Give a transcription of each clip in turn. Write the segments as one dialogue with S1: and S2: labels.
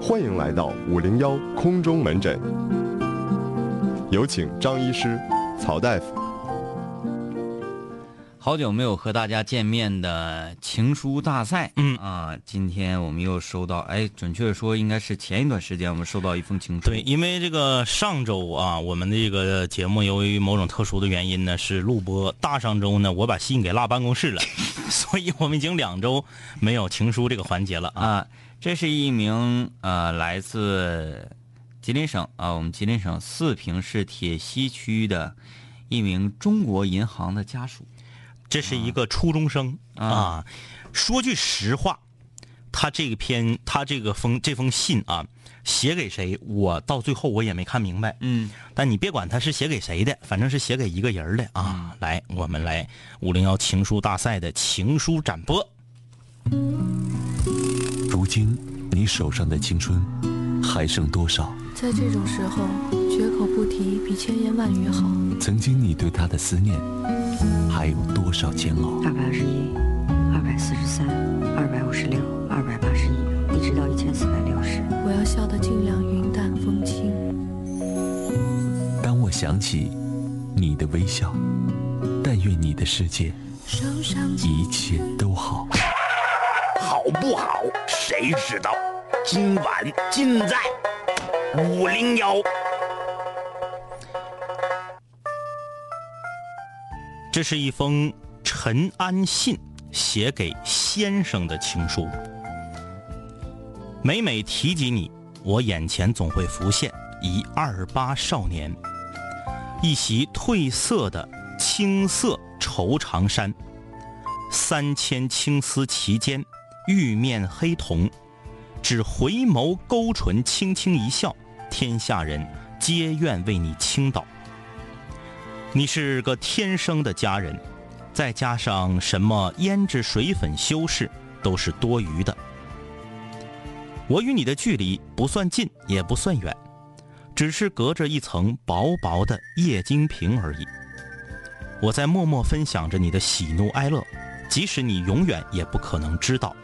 S1: 欢迎来到五零幺空中门诊，有请张医师、曹大夫。
S2: 好久没有和大家见面的情书大赛，嗯啊，今天我们又收到，哎，准确说应该是前一段时间我们收到一封情书，
S3: 对，因为这个上周啊，我们的这个节目由于某种特殊的原因呢是录播，大上周呢我把信给落办公室了，所以我们已经两周没有情书这个环节了啊。
S2: 啊，这是一名呃来自吉林省啊，我们吉林省四平市铁西区的一名中国银行的家属，
S3: 这是一个初中生啊。说句实话，他这个篇他这个封这封信啊，写给谁，我到最后我也没看明白。
S2: 嗯，
S3: 但你别管他是写给谁的，反正是写给一个人儿的啊。来，我们来五零幺情书大赛的情书展播。
S4: 如今你手上的青春还剩多少？
S5: 在这种时候，绝口不提比千言万语好。
S4: 曾经你对他的思念还有多少煎熬？
S6: 二百二十一，二百四十三，二百五十六，二百八十一，一直到一千四百六十。
S5: 我要笑得尽量云淡风轻。
S4: 当我想起你的微笑，但愿你的世界
S5: 手上
S4: 一切都好。
S7: 好不好？谁知道？今晚尽在五零幺。
S3: 这是一封陈安信写给先生的情书。每每提及你，我眼前总会浮现一二八少年，一袭褪色的青色绸长衫，三千青丝齐肩，玉面黑瞳，只回眸勾唇，轻轻一笑，天下人皆愿为你倾倒。你是个天生的佳人，再加上什么胭脂、水粉、修饰都是多余的。我与你的距离不算近，也不算远，只是隔着一层薄薄的液晶屏而已。我在默默分享着你的喜怒哀乐，即使你永远也不可能知道。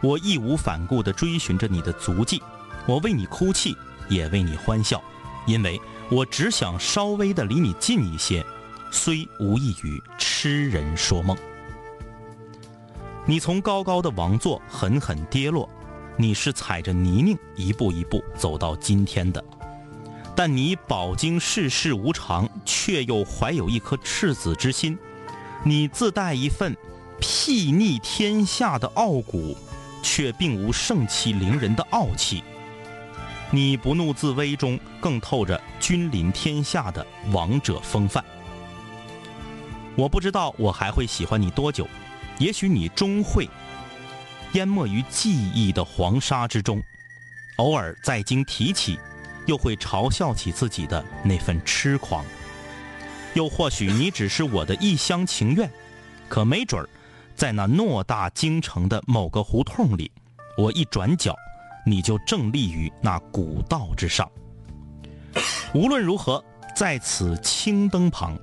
S3: 我义无反顾地追寻着你的足迹，我为你哭泣，也为你欢笑，因为我只想稍微的离你近一些，虽无异于痴人说梦。你从高高的王座狠狠跌落，你是踩着泥泞一步一步走到今天的，但你饱经世事无常，却又怀有一颗赤子之心，你自带一份睥睨天下的傲骨，却并无盛气凌人的傲气。你不怒自威中更透着君临天下的王者风范。我不知道我还会喜欢你多久，也许你终会淹没于记忆的黄沙之中，偶尔再经提起，又会嘲笑起自己的那份痴狂。又或许你只是我的一厢情愿，可没准儿，在那偌大京城的某个胡同里，我一转角，你就正立于那古道之上。无论如何，在此青灯旁，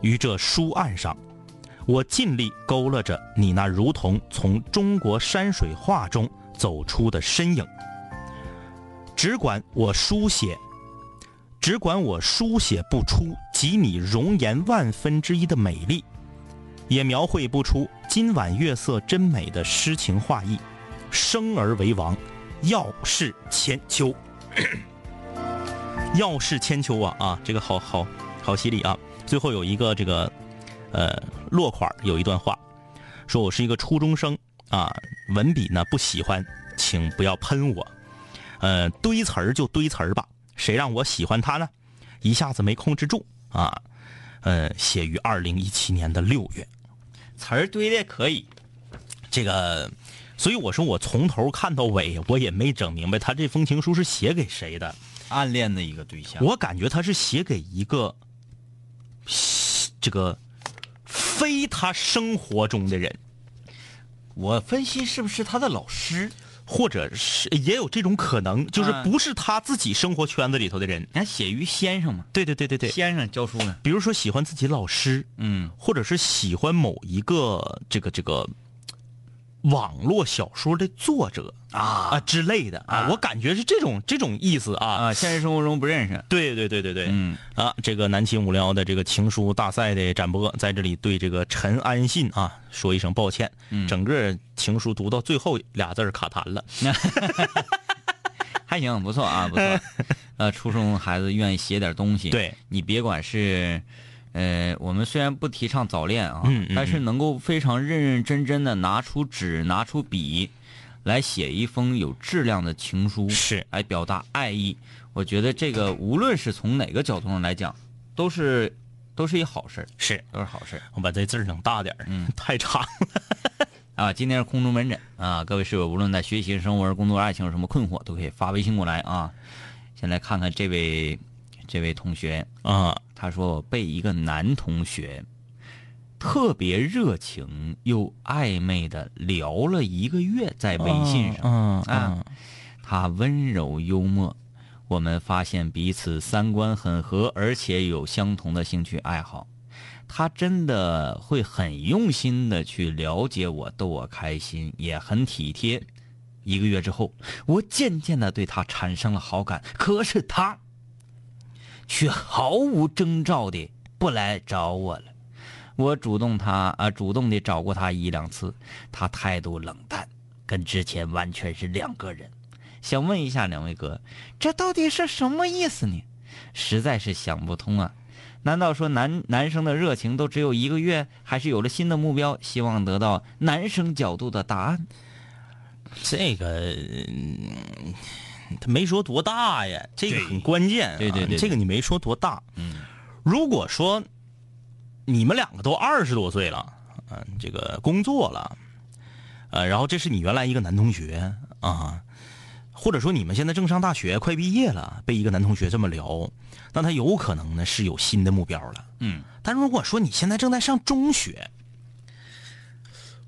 S3: 于这书案上，我尽力勾勒着你那如同从中国山水画中走出的身影。只管我书写，只管我书写不出及你容颜万分之一的美丽，也描绘不出今晚月色真美的诗情画意。生而为王，要事千秋。 要事千秋啊啊，这个好好好犀利啊！最后有一个这个呃落款儿有一段话，说我是一个初中生啊，文笔呢不喜欢，请不要喷我。呃，堆词儿就堆词儿吧，谁让我喜欢他呢？一下子没控制住啊。呃，写于二零一七年的六月，
S2: 词儿堆的可以，
S3: 这个，所以我说我从头看到尾，我也没整明白他这封情书是写给谁的。
S2: 暗恋的一个对象，
S3: 我感觉他是写给一个这个非他生活中的人，
S2: 我分析是不是他的老师？嗯
S3: 或者是也有这种可能，就是不是他自己生活圈子里头的人。
S2: 你看写于先生嘛，
S3: 对对对对对，
S2: 先生教书呢，
S3: 比如说喜欢自己老师，
S2: 嗯，
S3: 或者是喜欢某一个这个这个网络小说的作者啊啊之类的啊，我感觉是这种这种意思啊。
S2: 啊，现实生活中不认识。
S3: 对对对对对，
S2: 嗯
S3: 啊，这个南秦五聊的这个情书大赛的展播，在这里对这个陈安信啊说一声抱歉，
S2: 嗯
S3: 整个情书读到最后俩字儿卡痰了。
S2: 还行，不错啊，不 错。呃，初中孩子愿意写点东西，
S3: 对
S2: 你别管是，呃，我们虽然不提倡早恋啊，
S3: 嗯嗯
S2: 但是能够非常认认真真的拿出纸、拿出笔，来写一封有质量的情书，
S3: 是
S2: 来表达爱意。我觉得这个无论是从哪个角度上来讲，都是都是一好事儿
S3: 是
S2: 都是好事儿
S3: 我把这字儿整大点儿，
S2: 嗯，
S3: 太长。
S2: 啊。今天是空中门诊啊，各位室友，无论在学习、生活、工作、爱情有什么困惑，都可以发微信过来啊。先来看看这位这位同学，
S3: 啊，
S2: 他说被一个男同学特别热情又暧昧的聊了一个月，在微信上，
S3: 嗯
S2: 啊
S3: 嗯，
S2: 他温柔幽默，我们发现彼此三观很合，而且有相同的兴趣爱好。他真的会很用心的去了解我，逗我开心，也很体贴。一个月之后，我渐渐的对他产生了好感，可是他却毫无征兆的不来找我了。我主动他啊，主动的找过他一两次，他态度冷淡，跟之前完全是两个人。想问一下两位哥，这到底是什么意思呢？实在是想不通啊！难道说男男生的热情都只有一个月，还是有了新的目标？希望得到男生角度的答案。
S3: 这个嗯他没说多大呀，这个很关键啊、
S2: 对对对对
S3: 这个你没说多大。嗯，如果说你们两个都二十多岁了，嗯、这个工作了，呃，然后这是你原来一个男同学啊，或者说你们现在正上大学，快毕业了，被一个男同学这么聊，那他有可能呢是有新的目标了。
S2: 嗯，
S3: 但如果说你现在正在上中学，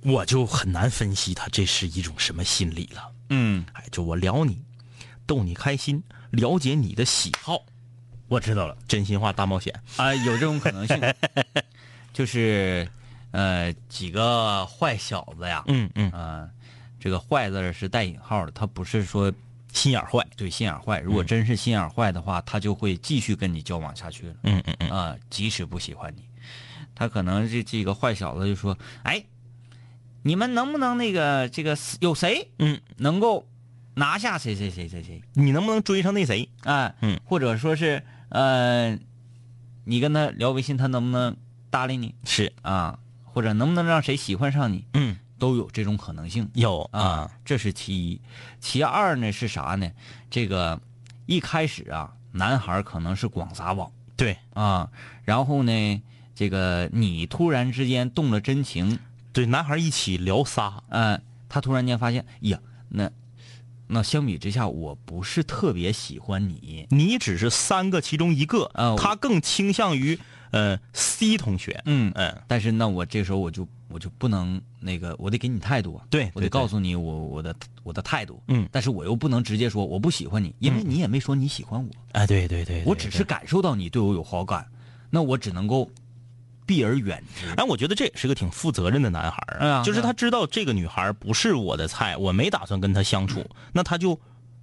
S3: 我就很难分析他这是一种什么心理了。
S2: 嗯，
S3: 哎，就我聊你，逗你开心，了解你的喜好。我知道了，真心话大冒险。
S2: 啊、有这种可能性， 就是呃，几个坏小子呀，
S3: 嗯嗯，
S2: 啊，这个“坏”字儿是带引号的，他不是说
S3: 心眼儿坏。
S2: 对心眼儿坏。如
S3: 嗯
S2: 果真是心眼儿坏的话，他就会继续跟你交往下去了。
S3: 嗯嗯嗯，
S2: 啊，即使不喜欢你，他可能这这个坏小子就说：“哎，你们能不能那个这个有谁
S3: 嗯
S2: 能够拿下谁谁谁谁谁
S3: 你能不能追上那谁？
S2: 啊？
S3: 嗯，
S2: 或者说是呃，你跟他聊微信，他能不能搭理你
S3: 是，
S2: 啊？或者能不能让谁喜欢上你？
S3: 嗯，
S2: 都有这种可能性。
S3: 有
S2: 啊，，这是其一。其二呢是啥呢？这个一开始啊，男孩可能是广撒网
S3: 对
S2: 啊，然后呢，这个你突然之间动了真情，
S3: 对，男孩一起聊仨，
S2: 呃，他突然间发现，哎呀，那那相比之下，我不是特别喜欢你。
S3: 你只是三个其中一个，
S2: 啊我
S3: 他更倾向于呃 C 同学。
S2: 嗯
S3: 嗯，
S2: 但是那我这时候我就我就不能那个，我得给你态度啊，
S3: 对
S2: 我得
S3: 对
S2: 告
S3: 对
S2: 诉你我我的我的态度，
S3: 嗯
S2: 但是我又不能直接说我不喜欢你，因为你也没说你喜欢我，
S3: 哎，对对对，
S2: 我
S3: 对
S2: 只是
S3: 对
S2: 感受到你对我有好感，那我只能够避而远之。
S3: 哎，我觉得这也是个挺负责任的男孩儿
S2: 哎呀
S3: 就是
S2: 对
S3: 他知道这个女孩儿不是我的菜，我没打算跟她相处，那他就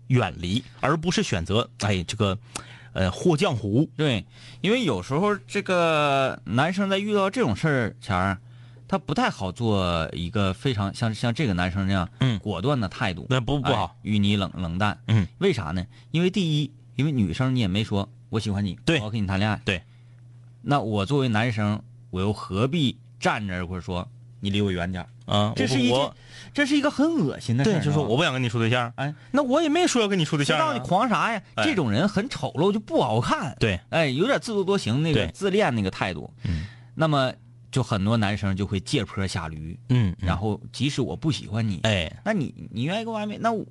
S3: 远离，而不是选择哎这个，呃霍江湖，
S2: 对，因为有时候这个男生在遇到这种事儿前儿，他不太好做一个非常像像这个男生这样
S3: 嗯
S2: 果断的态度，
S3: 那不不
S2: 哎
S3: 好，
S2: 与你冷冷淡。
S3: 嗯，
S2: 为啥呢？因为第一，因为女生你也没说我喜欢你，
S3: 对
S2: 我要跟你谈恋爱。
S3: 对，
S2: 那我作为男生，我又何必站着或者说你离我远点儿？
S3: 啊，
S2: 这
S3: 我
S2: 是
S3: 不
S2: 一件
S3: 我，
S2: 这是一个很恶心的事儿
S3: 对，
S2: 啊。
S3: 就说我不想跟你处对象，
S2: 哎，
S3: 那我也没说要跟你处对
S2: 谁
S3: 象
S2: 让你
S3: 啊，
S2: 狂啥呀？
S3: 哎
S2: 这种人很丑陋，就不好看。
S3: 对，
S2: 哎，有点自作多情那个
S3: 对
S2: 自恋那个态度。
S3: 嗯，
S2: 那么就很多男生就会借坡下驴，
S3: 嗯，
S2: 然后即使我不喜欢你，
S3: 哎，
S2: 那你你愿意跟我暧昧，那我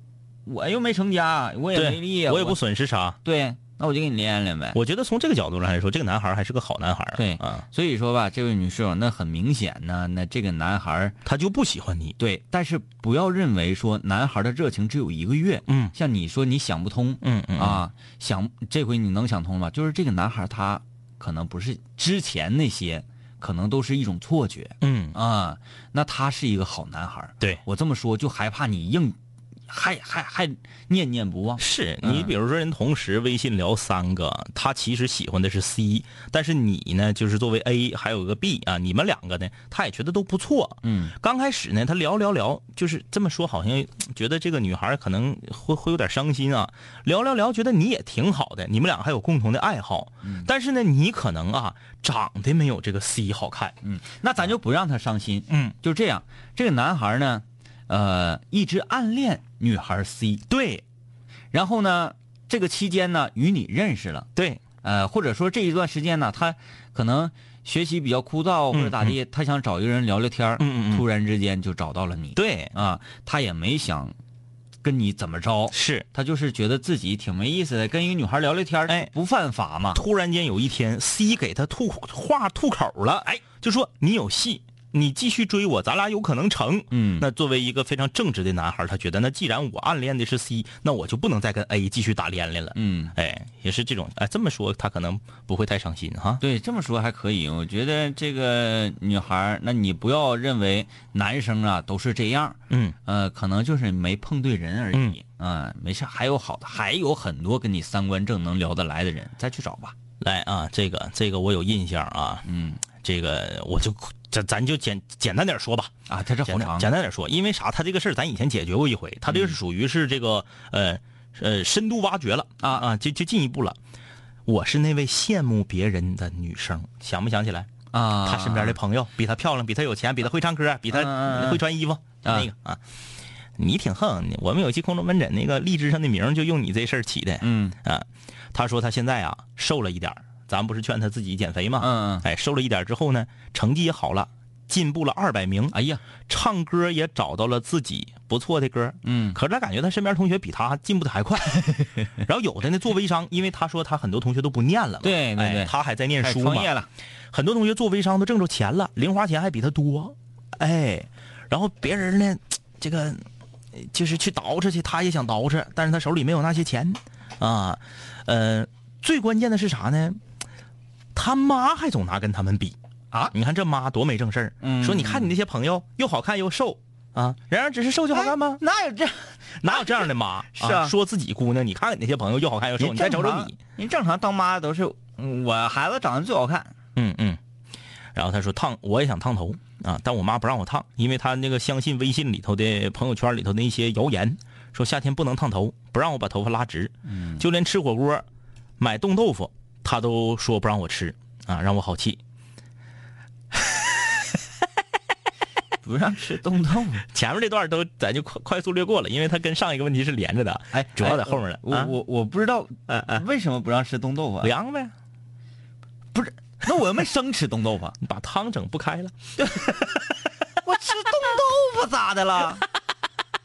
S2: 我又没成家，我也没
S3: 对
S2: 立业，，
S3: 哎我哎也不损失啥，
S2: 对，那我就跟你恋爱恋呗。
S3: 我觉得从这个角度上来说，这个男孩儿还是个好男孩儿，
S2: 对
S3: 啊，
S2: 所以说吧，这位女室友，那很明显呢，那这个男孩儿
S3: 他就不喜欢你，
S2: 对，但是不要认为说男孩儿的热情只有一个月，
S3: 嗯
S2: 像你说你想不通，
S3: 嗯嗯啊，
S2: 啊，想这回你能想通了吧？就是这个男孩他可能不是之前那些可能都是一种错觉
S3: 嗯，
S2: 啊。那他是一个好男孩儿，
S3: 对，
S2: 我这么说就害怕你硬，还还还念念不忘。
S3: 是你比如说人同时微信聊三个，他其实喜欢的是 C，但是你呢，就是作为 A 还有个 B 啊，你们两个呢，他也觉得都不错。
S2: 嗯，
S3: 刚开始呢，他聊聊聊，就是这么说，好像觉得这个女孩可能会会有点伤心啊。聊聊聊，觉得你也挺好的，你们俩还有共同的爱好，
S2: 嗯
S3: 但是呢，你可能啊长得没有这个 C 好看。
S2: 嗯，那咱就不让他伤心。
S3: 嗯，
S2: 就这样，这个男孩呢，呃，一直暗恋女孩 C，
S3: 对
S2: 然后呢，这个期间呢，与你认识了，
S3: 对，
S2: 呃，或者说这一段时间呢，他可能学习比较枯燥或者咋地，他想找一个人聊聊天儿
S3: 嗯嗯嗯嗯
S2: 突然之间就找到了你，
S3: 对，
S2: 啊，他也没想跟你怎么着，
S3: 是。
S2: 他就是觉得自己挺没意思的，跟一个女孩聊聊天，
S3: 哎，
S2: 不犯法嘛，
S3: 突然间有一天，C 给他吐话吐口了，哎，就说你有戏，你继续追我，咱俩有可能成。
S2: 嗯
S3: 那作为一个非常正直的男孩，他觉得那既然我暗恋的是 C，那我就不能再跟 A 继续打连连了。
S2: 嗯。
S3: 哎，也是这种，哎，这么说他可能不会太伤心哈。
S2: 对，这么说还可以。我觉得这个女孩儿，那你不要认为男生啊都是这样，
S3: 嗯，
S2: 呃，可能就是没碰对人而已。嗯、没事，还有好的，还有很多跟你三观正能聊得来的人，再去找吧。
S3: 来啊，这个这个我有印象啊，
S2: 嗯，
S3: 这个我就咱咱就简简单点说吧，
S2: 啊，他这好
S3: 简单
S2: 长，
S3: 简单点说，因为啥？他这个事儿咱以前解决过一回，他这
S2: 嗯
S3: 个是属于是这个呃呃深度挖掘了啊啊，就就进一步了。我是那位羡慕别人的女生，想没想起来？
S2: 啊，
S3: 她身边的朋友比她漂亮，比她有钱，比她会唱歌，比
S2: 嗯嗯嗯
S3: 她会穿衣服，那个啊。你挺横，你我们有一期空中门诊那个荔枝上的名儿就用你这事儿起的。
S2: 嗯
S3: 啊，他说他现在啊瘦了一点儿咱不是劝他自己减肥吗？
S2: 嗯嗯，
S3: 哎，瘦了一点儿之后呢，成绩也好了，进步了二百名。
S2: 哎呀，
S3: 唱歌也找到了自己不错的歌，
S2: 嗯
S3: 可是他感觉他身边同学比他进步 的还快，然后有的呢做微商，因为他说他很多同学都不念了嘛，
S2: 对对对
S3: 哎他还在念
S2: 开
S3: 书
S2: 始
S3: 嘛，
S2: 创业了，
S3: 很多同学做微商都挣着钱了，零花钱还比他多，哎，然后别人呢，这个呃就是去捯饬去，他也想捯饬，但是他手里没有那些钱啊，呃，最关键的是啥呢？他妈还总拿跟他们比
S2: 啊
S3: 你看这妈多没正事儿，
S2: 嗯
S3: 说你看你那些朋友又好看又瘦啊，然而只是瘦就好看吗？
S2: 哪有这？
S3: 哪有这样的妈？
S2: 哎是啊
S3: 说自己姑娘，你看你那些朋友又好看又瘦，你再瞅瞅你，，
S2: 人正常当妈都是嗯我孩子长得最好看。
S3: 嗯嗯，然后他说烫，我也想烫头啊，但我妈不让我烫，因为她那个相信微信里头的朋友圈里头的一些谣言，说夏天不能烫头，不让我把头发拉直，
S2: 嗯
S3: 就连吃火锅、买冻豆腐，她都说不让我吃啊，让我好气。
S2: 不让吃冻豆腐，
S3: 前面这段都咱就快快速略过了，因为它跟上一个问题是连着的，
S2: 哎，
S3: 主要在后面了
S2: 我
S3: 啊
S2: 我我不知道为什么不让吃冻豆腐啊？
S3: 凉呗，
S2: 那我又没生吃冻豆 腐，
S3: 你把汤整不开了。
S2: 我吃冻豆腐咋的 了？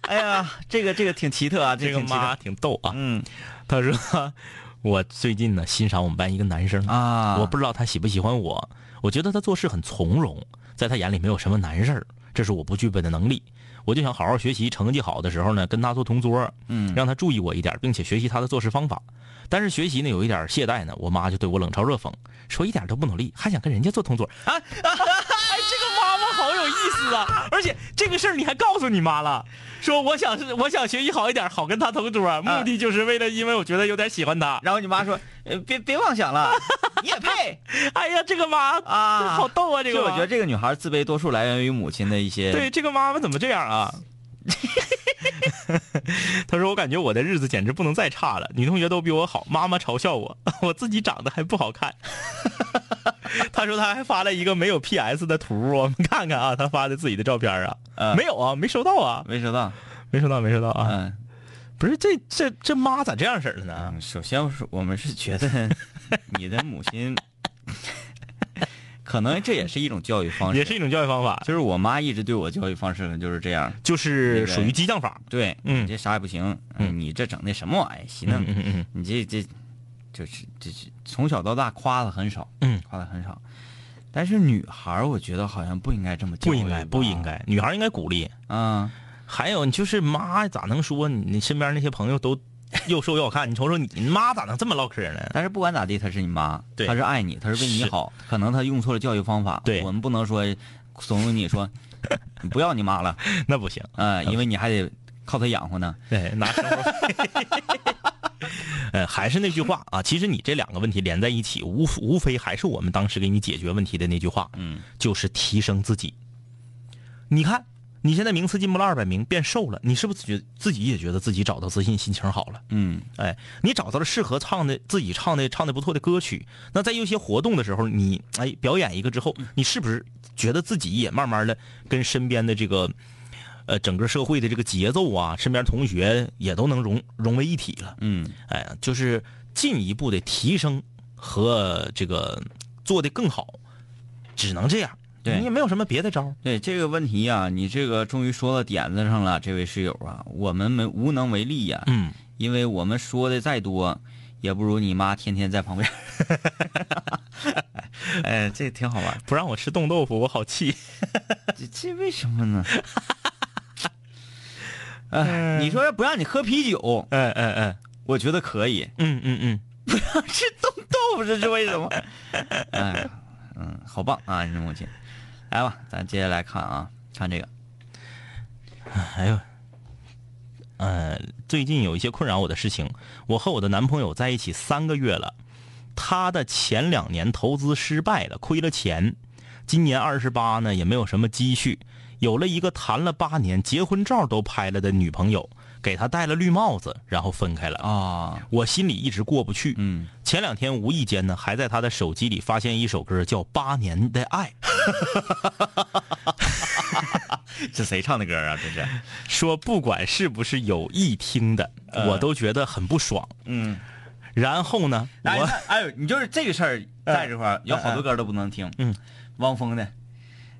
S2: 哎呀，这个这个挺奇特啊，
S3: 这个
S2: 挺奇特
S3: 妈，挺逗啊，
S2: 嗯
S3: 她说 我最近呢欣赏我们班一个男生
S2: 啊，
S3: 我不知道他喜不喜欢我。我觉得他做事很从容，在他眼里没有什么难事儿，这是我不具备的能力。我就想好好学习，成绩好的时候呢，跟他做同桌，
S2: 嗯
S3: 让他注意我一点，并且学习他的做事方法。但是学习呢有一点懈怠呢，我妈就对我冷嘲热讽，说一点都不努力，还想跟人家做同桌啊！ 哎，这个妈妈好有意思啊！而且这个事儿你还告诉你妈了，说我想是我想学习好一点，好跟他同桌，目的啊就是为了因为我觉得有点喜欢他。
S2: 然后你妈说，呃，别别妄想 了，你也配
S3: 哎呀，这个妈
S2: 啊？
S3: 好逗啊！这
S2: 这
S3: 个
S2: 我
S3: 妈
S2: 觉得这个女孩自卑多数来源于母亲的一些
S3: 对，这个妈妈怎么这样啊？ 他说：“我感觉我的日子简直不能再差了，女同学都比我好，妈妈嘲笑我， 我自己长得还不好看。” 他说他还发了一个没有 PS 的图，我们看看啊，他发的自己的照片啊，
S2: 嗯
S3: 没有啊，没收到啊，
S2: 没收到，
S3: 没收到，没收到啊！
S2: 嗯，
S3: 不是这这这妈咋这样式儿的呢？
S2: 首先是我们是觉 得你的母亲，可能这也是一种教育方式，
S3: 也是一种教育方法，
S2: 就是我妈一直对我教育方式呢就是这样，
S3: 就
S2: 那
S3: 是
S2: 个
S3: 属于激将法。
S2: 对，
S3: 嗯
S2: 你这啥也不行，哎你这整那什么玩意儿，洗弄，
S3: 嗯嗯
S2: 你这这就是这这从小到大夸的很少，
S3: 嗯
S2: 夸的很少。但是女孩儿，我觉得好像不应该这么教
S3: 不
S2: 育
S3: 应该，不应该，女孩应该鼓励。
S2: 啊、
S3: 还有，你就是妈咋能说你你身边那些朋友都又瘦又好看。你瞅瞅你，你妈咋能这么唠嗑 呢？
S2: 但是不管咋地，她是你妈，
S3: 对
S2: 她是爱你，她是为你
S3: 是
S2: 好。可能她用错了教育方法，
S3: 对
S2: 我们不能说怂恿你说你不要你妈了，
S3: 那不行，
S2: 呃，因为你还得靠她养活呢。
S3: 哎，拿生活费。 呃，还是那句话啊，其实你这两个问题连在一起，无无非还是我们当时给你解决问题的那句话，
S2: 嗯，
S3: 就是提升自己。你看，你现在名次进步了二百名，变瘦了，你是不是觉自己也觉得自己找到自信，心情好了？
S2: 嗯，
S3: 哎，你找到了适合唱的自己唱的唱的不错的歌曲，那在有一些活动的时候，你哎表演一个之后，你是不是觉得自己也慢慢的跟身边的这个呃整个社会的这个节奏啊，身边同学也都能融融为一体了？
S2: 嗯，
S3: 哎呀，就是进一步的提升和这个做的更好，只能这样，
S2: 对
S3: 你也没有什么别的招儿。
S2: 对这个问题呀、你这个终于说到点子上了，这位室友啊，我们没无能为力呀、
S3: 嗯，
S2: 因为我们说的再多，也不如你妈天天在旁边。 哎，这挺好玩儿。
S3: 不让我吃冻豆腐，我好气。
S2: 这这为什么呢？哎，你说要不让你喝啤酒，
S3: 哎哎哎，
S2: 我觉得可以；
S3: 嗯嗯嗯，
S2: 吃冻豆腐，这是为什么？ 哎呀，嗯，好棒啊，你这母亲。来吧，咱接下来看啊，看这个，
S3: 哎呦，呃，最近有一些困扰我的事情。我和我的男朋友在一起三个月了，他的前两年投资失败了，亏了钱。今年二十八呢，也没有什么积蓄，有了一个谈了八年、结婚照都拍了的女朋友，给他戴了绿帽子，然后分开了。
S2: 啊、
S3: 我心里一直过不去。
S2: 嗯，
S3: 前两天无意间呢，还在他的手机里发现一首歌叫《八年的爱》。
S2: 这谁唱的歌啊？这是，
S3: 说不管是不是有意听的，我都觉得很不爽。
S2: 呃嗯，
S3: 然后呢，
S2: 哎
S3: 我
S2: 哎呦，你就是这个事儿在这块儿，有好多歌都不能听，
S3: 嗯，
S2: 汪峰的，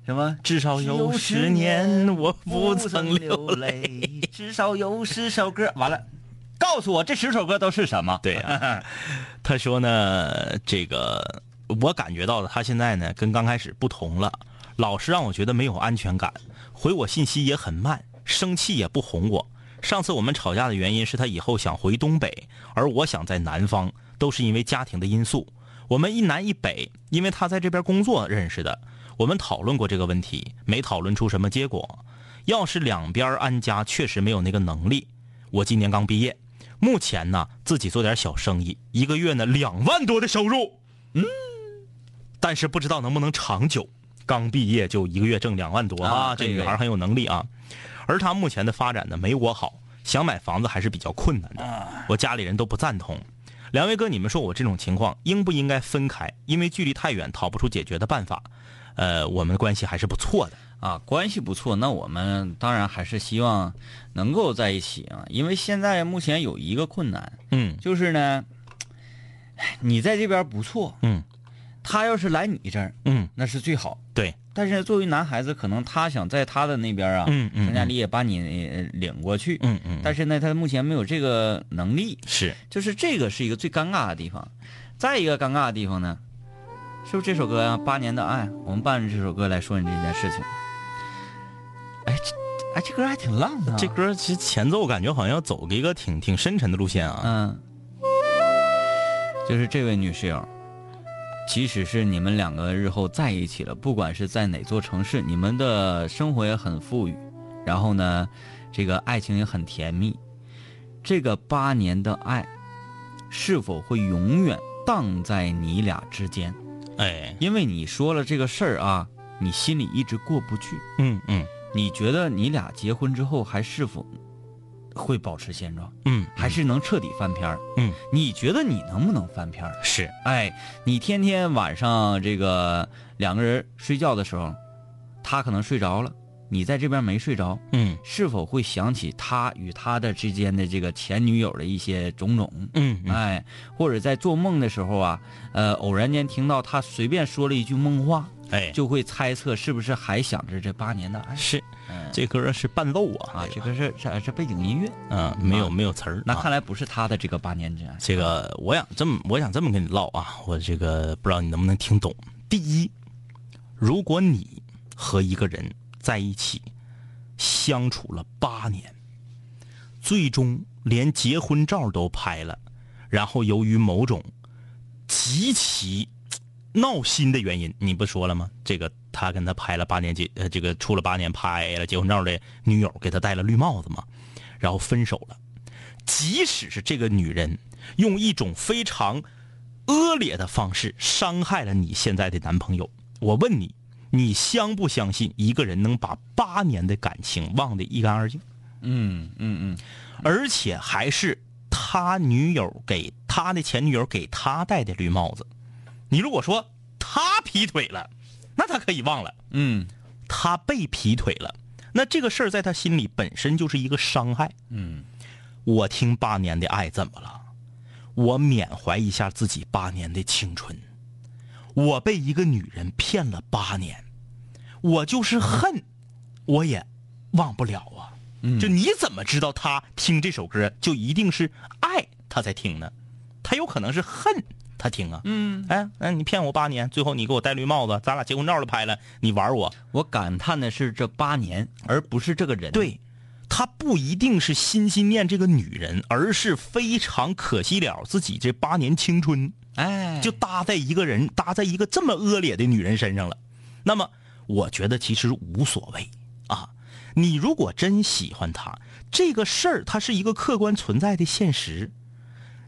S2: 什么
S3: 至少有十
S2: 哎
S3: 年我不曾流泪。
S2: 泪，至少有十首歌。完了，告诉我这十首歌都是什么？
S3: 对呀、他说呢，这个我感觉到了，他现在呢跟刚开始不同了，老是让我觉得没有安全感，回我信息也很慢，生气也不哄我。上次我们吵架的原因是他以后想回东北，而我想在南方，都是因为家庭的因素。我们一南一北，因为他在这边工作认识的，我们讨论过这个问题，没讨论出什么结果。要是两边安家，确实没有那个能力。我今年刚毕业，目前呢自己做点小生意，一个月呢两万多的收入，嗯，但是不知道能不能长久。刚毕业就一个月挣两万多
S2: 啊
S3: 这
S2: 对
S3: 女
S2: 对
S3: 孩很有能力啊。而她目前的发展呢没我好，想买房子还是比较困难
S2: 啊
S3: 的，我家里人都不赞同。两位哥，你们说我这种情况应不应该分开？因为距离太远，讨不出解决的办法。呃，我们关系还是不错的。
S2: 啊，关系不错，那我们当然还是希望能够在一起啊，因为现在目前有一个困难，
S3: 嗯
S2: 就是呢，你在这边不错，
S3: 嗯
S2: 他要是来你这儿，
S3: 嗯，
S2: 那是最好。
S3: 对，
S2: 但是作为男孩子，可能他想在他的那边啊，
S3: 嗯嗯
S2: 张佳丽也把你呃领过去，
S3: 嗯嗯
S2: 但是呢，他目前没有这个能力，
S3: 是
S2: 就是这个是一个最尴尬的地方。再一个尴尬的地方呢，是不是这首歌啊《八年的爱》，我们伴着这首歌来说你这件事情。哎，这哎这歌还挺浪的、啊，
S3: 这歌其实前奏感觉好像要走一个挺挺深沉的路线啊。
S2: 嗯，就是这位女室友，即使是你们两个日后在一起了，不管是在哪座城市，你们的生活也很富裕，然后呢，这个爱情也很甜蜜，这个八年的爱，是否会永远荡在你俩之间？
S3: 哎，
S2: 因为你说了这个事儿啊，你心里一直过不去，
S3: 嗯嗯
S2: 你觉得你俩结婚之后还是否会保持现状？
S3: 嗯，
S2: 还是能彻底翻篇儿。
S3: 嗯，
S2: 你觉得你能不能翻篇儿？
S3: 是
S2: 哎，你天天晚上这个两个人睡觉的时候，他可能睡着了，你在这边没睡着，
S3: 嗯
S2: 是否会想起他与他的之间的这个前女友的一些种种？
S3: 嗯嗯
S2: 哎，或者在做梦的时候啊，呃，偶然间听到他随便说了一句梦话，
S3: 哎，
S2: 就会猜测是不是还想着这八年的爱。
S3: 是
S2: 嗯
S3: 这歌是伴奏啊
S2: 啊，这个是这这背景音乐，
S3: 嗯，没有没有词儿。
S2: 那
S3: 啊
S2: 看来不是他的这个八年之爱。
S3: 这个我想这么，我想这么跟你唠啊，我这个不知道你能不能听懂。第一，如果你和一个人在一起相处了八年，最终连结婚照都拍了，然后由于某种极其闹心的原因，你不说了吗？这个他跟他拍了八年结，呃，这个处了八年拍了结婚照的女友给他戴了绿帽子嘛，然后分手了。即使是这个女人用一种非常恶劣的方式伤害了你现在的男朋友，我问你，你相不相信一个人能把八年的感情忘得一干二净？
S2: 嗯嗯嗯，
S3: 而且还是他女友给他的前女友给他戴的绿帽子。你如果说他劈腿了，那他可以忘了；
S2: 嗯，
S3: 他被劈腿了，那这个事儿在他心里本身就是一个伤害。嗯，我听八年的爱怎么了？我缅怀一下自己八年的青春。我被一个女人骗了八年，我就是恨，我也忘不了啊。就你怎么知道他听这首歌就一定是爱他才听呢？他有可能是恨他听啊。嗯，哎，那、你骗我八年，最后你给我戴绿帽子，咱俩结婚照都拍了，你玩我。
S2: 我感叹的是这八年，而不是这个人。，
S3: 对，他不一定是心心念这个女人，而是非常可惜了自己这八年青春。
S2: 哎，
S3: 就搭在一个人，搭在一个这么恶劣的女人身上了。那么，我觉得其实无所谓啊。你如果真喜欢她，这个事儿它是一个客观存在的现实，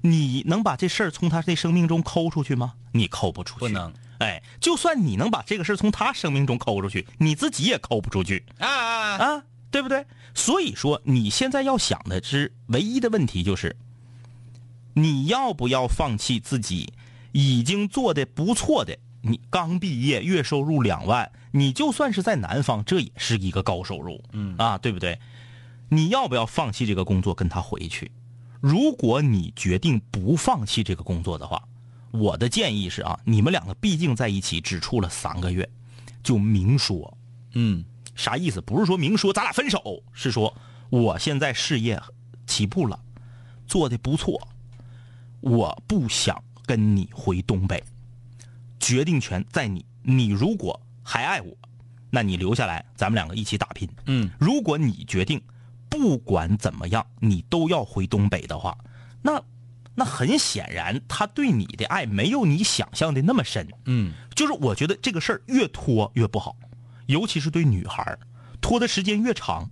S3: 你能把这事儿从她的生命中抠出去吗？你抠不出去，
S2: 不能。
S3: 哎，就算你能把这个事儿从她生命中抠出去，你自己也抠不出去。
S2: 啊啊，
S3: 啊，对不对？所以说，你现在要想的是唯一的问题就是，你要不要放弃自己已经做的不错的？你刚毕业，月收入两万，你就算是在南方，这也是一个高收入，嗯啊，对不对？你要不要放弃这个工作，跟他回去？如果你决定不放弃这个工作的话，我的建议是啊，你们两个毕竟在一起只处了三个月，就明说，
S2: 嗯
S3: 啥意思？不是说明说咱俩分手，是说我现在事业起步了，做的不错，我不想跟你回东北，决定权在你。你如果还爱我，那你留下来，咱们两个一起打拼。
S2: 嗯，
S3: 如果你决定不管怎么样，你都要回东北的话，那那很显然，他对你的爱没有你想象的那么深。
S2: 嗯，
S3: 就是我觉得这个事儿越拖越不好，尤其是对女孩儿，拖的时间越长，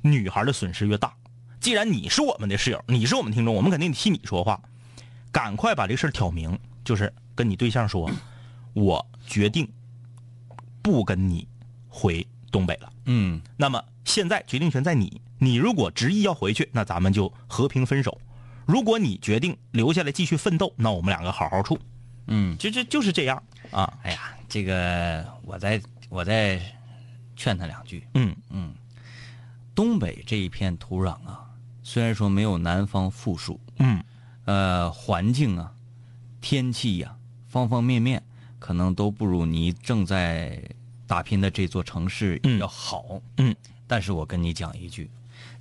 S3: 女孩儿的损失越大。既然你是我们的室友，你是我们听众，我们肯定得替你说话，赶快把这事儿挑明，就是跟你对象说，我决定不跟你回东北了。
S2: 嗯
S3: 那么现在决定权在你，你如果执意要回去，那咱们就和平分手；如果你决定留下来继续奋斗，那我们两个好好处。
S2: 嗯，
S3: 就就就是这样啊，
S2: 哎呀，这个我再我再劝他两句。
S3: 嗯
S2: 东北这一片土壤啊，虽然说没有南方富庶，
S3: 嗯
S2: 呃，环境啊、天气呀、方方面面，可能都不如你正在打拼的这座城市
S3: 嗯
S2: 要好。
S3: 嗯，
S2: 但是我跟你讲一句，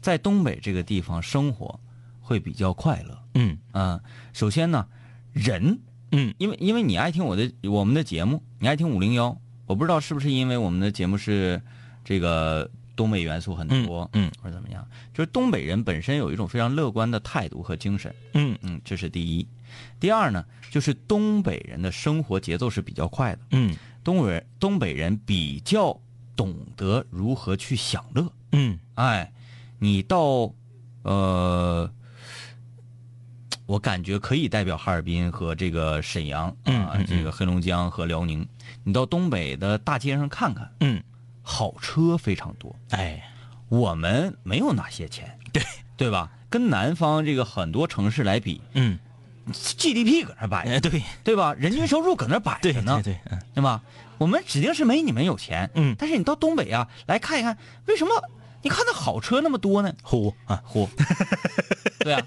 S2: 在东北这个地方生活会比较快乐。
S3: 嗯
S2: 啊、首先呢，人，
S3: 嗯，
S2: 因为因为你爱听我的我们的节目，你爱听五零幺，我不知道是不是因为我们的节目是这个东北元素很多，
S3: 嗯嗯
S2: 或者怎么样，就是东北人本身有一种非常乐观的态度和精神，
S3: 嗯
S2: 嗯，这是第一。第二呢，就是东北人的生活节奏是比较快的，
S3: 嗯
S2: 东北人东北人比较懂得如何去享乐，
S3: 嗯
S2: 哎，你到，呃，我感觉可以代表哈尔滨和这个沈阳啊，
S3: 嗯嗯嗯
S2: 这个黑龙江和辽宁，你到东北的大街上看看，
S3: 嗯，
S2: 好车非常多。
S3: 哎，
S2: 我们没有那些 钱，对对吧？跟南方这个很多城市来比
S3: 嗯
S2: ，GDP 搁那摆着，
S3: 哎，对
S2: 对吧？人均收入搁那摆
S3: 对
S2: 着呢，
S3: 对对，
S2: 对吧？我们指定是没你们有钱，
S3: 嗯
S2: 但是你到东北啊，来看一看，为什么你看那好车那么多呢？
S3: 呼啊，
S2: 嚯， 对啊，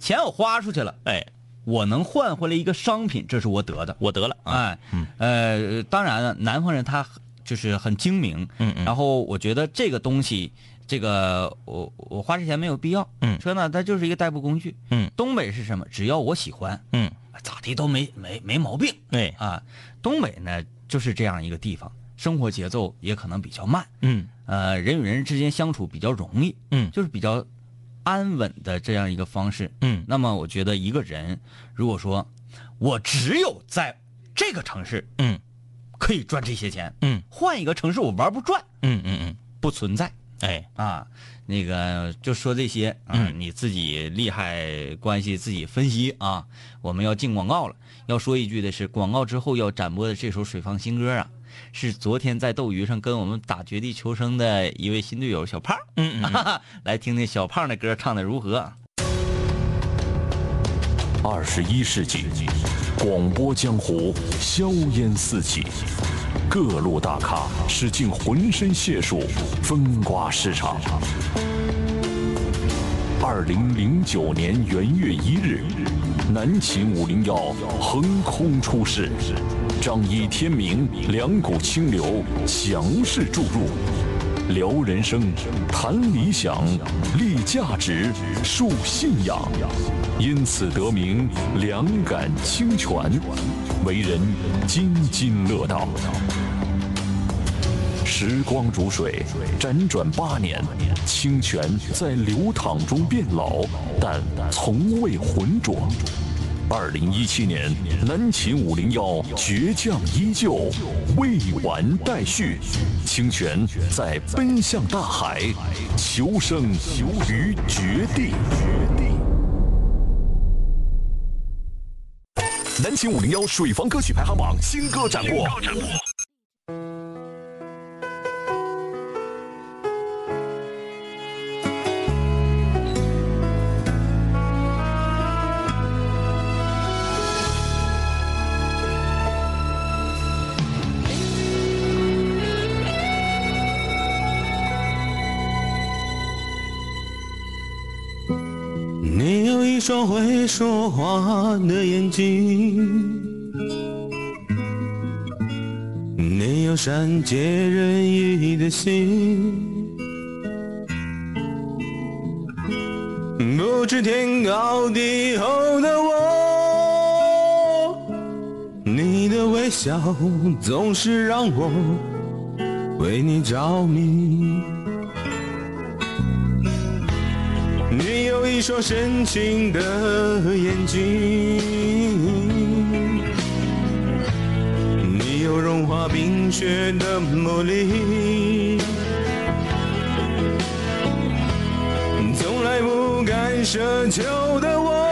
S2: 钱我花出去了，
S3: 哎，
S2: 我能换回来一个商品，这是我得的。
S3: 我得了啊，
S2: 哎，呃，当然了，南方人他很就是很精明，
S3: 嗯嗯
S2: 然后我觉得这个东西，这个我我花这钱没有必要，
S3: 嗯
S2: 车呢它就是一个代步工具，
S3: 嗯
S2: 东北是什么？只要我喜欢，
S3: 嗯，
S2: 咋地都没没没毛病，
S3: 哎，
S2: 啊，东北呢就是这样一个地方，生活节奏也可能比较慢，
S3: 嗯
S2: 呃，人与人之间相处比较容易，
S3: 嗯
S2: 就是比较安稳的这样一个方式。
S3: 嗯
S2: 那么我觉得一个人如果说我只有在这个城市
S3: 嗯
S2: 可以赚这些钱，
S3: 嗯
S2: 换一个城市我玩不转，
S3: 嗯嗯嗯，
S2: 不存在
S3: 哎，嗯
S2: 啊。那个就说这些啊，你自己利害关系自己分析啊。我们要进广告了，要说一句的是，广告之后要展播的这首水方新歌啊，是昨天在斗鱼上跟我们打绝地求生的一位新队友小胖。
S3: 嗯嗯，
S2: 来听听小胖的歌唱的如何。啊
S4: 二十一世纪，广播江湖硝烟四起，各路大咖使尽浑身解数风刮市场。二零零九年元月一日，南秦五零幺横空出世，仗义天明，两股清流强势注入，聊人生，谈理想，立价值，树信仰，因此得名两感清泉，为人津津乐道。时光如水，辗转八年，清泉在流淌中变老，但从未浑浊。二零一七年，南秦五零幺倔强依旧，未完待续。清泉在奔向大海，求生于绝地。南秦五零幺水房歌曲排行榜新歌展播。
S8: 你有一双会说话的眼睛，你有善解人意的心，不知天高地厚的我，你的微笑总是让我为你着迷。你有一双深情的眼睛，你有融化冰雪的魔力，从来不敢奢求的我，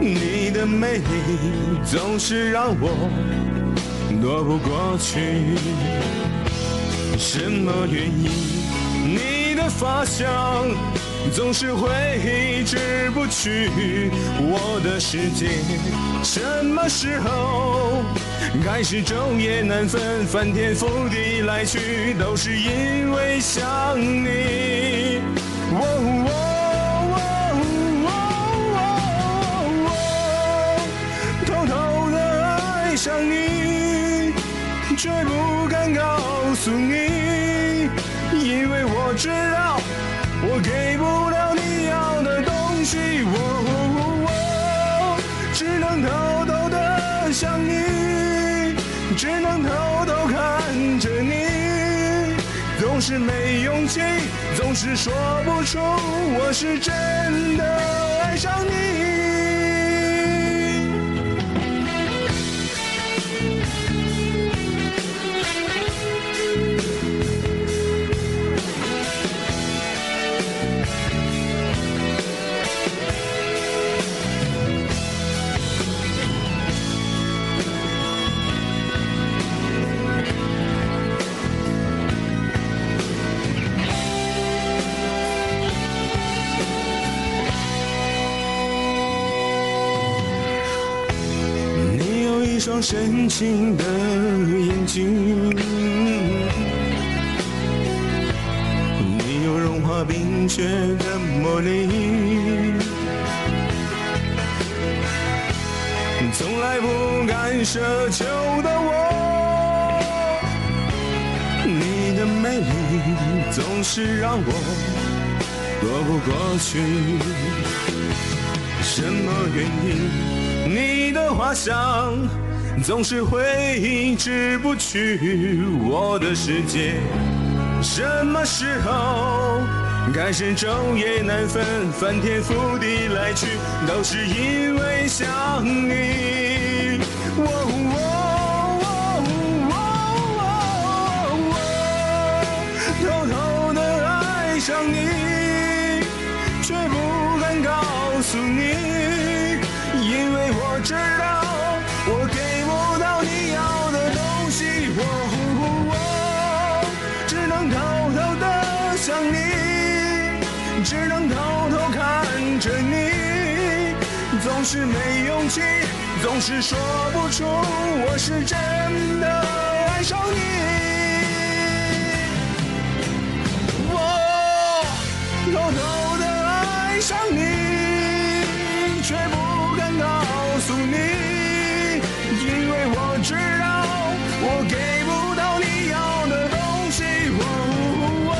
S8: 你的美丽总是让我躲不过去。什么原因？你的发香总是挥之不去。我的世界什么时候开始昼夜难分、翻天覆地来去？都是因为想你。哦哦哦哦哦哦偷偷的爱上你，却不敢告诉你，因为我知道我给不了你要的东西，我、只能偷偷的想你，只能偷偷看着你，总是没勇气，总是说不出我是真的爱上你。你有一双深情的眼睛，你有融化冰雪的魔力，从来不敢奢求的我，你的美丽总是让我躲不过去。什么原因？你的花香总是挥之不去。我的世界什么时候开始昼夜难分，翻天覆地来去，都是因为想你。哦哦哦哦哦哦偷偷的爱上你，却不敢告诉你，因为我知道我给不到你要的东西。哦哦哦只能偷偷的想你，只能偷偷看着你，总是没勇气，总是说不出我是真的爱上你。我偷偷的爱上你，却不敢告诉你，因为我知道我给不到你要的东西。我、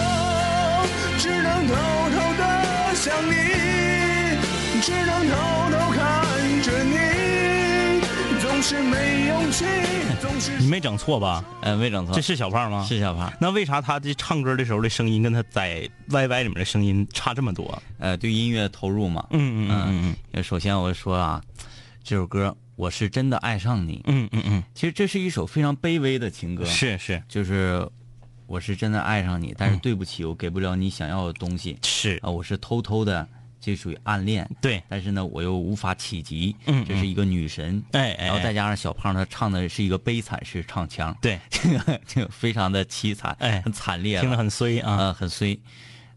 S8: 只能偷偷的想你，只能偷偷看着你，总是没勇气，总是
S3: 你没整错吧？
S2: 呃，没整错，
S3: 这是小胖吗？
S2: 是小胖。
S3: 那为啥他这唱歌的时候的声音跟他在 YY 里面的声音差这么多？
S2: 呃，对音乐投入嘛。
S3: 嗯嗯嗯
S2: 嗯呃首先我说啊，这首歌我是真的爱上你。
S3: 嗯嗯嗯
S2: 其实这是一首非常卑微的情歌，
S3: 嗯，是嗯是
S2: 就是我是真的爱上你，但是对不起，我给不了你想要的东西
S3: 是，
S2: 啊，我是偷偷的，这属于暗恋。
S3: 对，
S2: 但是呢，我又无法企及，
S3: 嗯
S2: 这是一个女神，
S3: 哎哎
S2: 然后
S3: 哎
S2: 再加上小胖他唱的是一个悲惨式唱腔，
S3: 对，
S2: 这个 这个非常的凄惨，
S3: 哎
S2: 很惨烈了，
S3: 听着很衰啊。
S2: 呃很衰，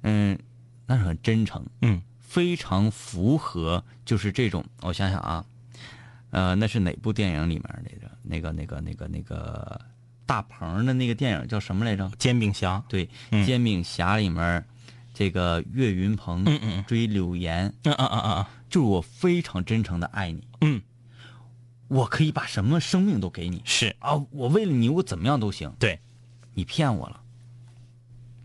S2: 嗯，但是很真诚，
S3: 嗯，
S2: 非常符合就是这种，我想想啊，呃，那是哪部电影里面来着？那个那个那个那个大鹏的那个电影叫什么来着？
S3: 煎饼侠，
S2: 对，
S3: 嗯
S2: 煎饼侠》里面这个岳云鹏
S3: 嗯嗯嗯
S2: 追柳岩，
S3: 嗯嗯嗯嗯嗯，
S2: 就是我非常真诚的爱你，
S3: 嗯，
S2: 我可以把什么生命都给你
S3: 是
S2: 啊，我为了你我怎么样都行，
S3: 对，
S2: 你骗我了，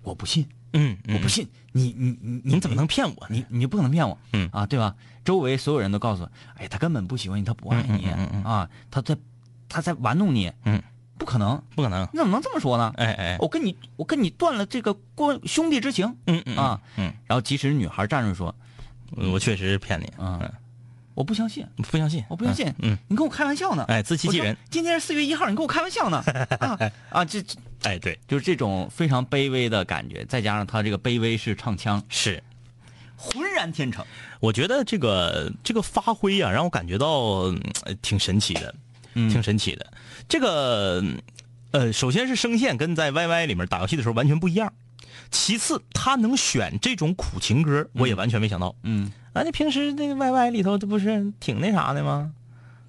S2: 我不信，
S3: 嗯，
S2: 我
S3: 嗯
S2: 不信，你你你
S3: 你怎么能骗我呢？
S2: 你你不可能骗我，
S3: 嗯
S2: 啊，对吧？周围所有人都告诉我，哎呀，他根本不喜欢你，他不爱你、啊，他在他在玩弄你，
S3: 嗯，
S2: 不可能，
S3: 不可能，
S2: 你怎么能这么说呢？
S3: 哎哎，
S2: 我跟你我跟你断了这个过兄弟之情，
S3: 嗯嗯
S2: 啊，
S3: 嗯，
S2: 然后即使女孩站着说，
S3: 我确实骗你，
S2: 嗯
S3: 嗯，
S2: 我不相信，
S3: 不相信，
S2: 我不相信，
S3: 嗯，嗯
S2: 你跟我开玩笑呢，
S3: 哎，自欺欺人
S2: 我，说。今天是四月一号，你跟我开玩 笑呢？啊啊，这这
S3: 哎，对，
S2: 就是这种非常卑微的感觉，再加上他这个卑微式唱腔，
S3: 是。
S2: 浑然天成。
S3: 我觉得这个这个发挥啊，让我感觉到嗯呃挺神奇的，
S2: 嗯
S3: 挺神奇的。这个嗯呃，首先是声线跟在 YY 里面打游戏的时候完全不一样，其次他能选这种苦情歌，我也完全没想到。
S2: 嗯，
S3: 啊，你平时那个 YY 里头，这不是挺那啥的吗？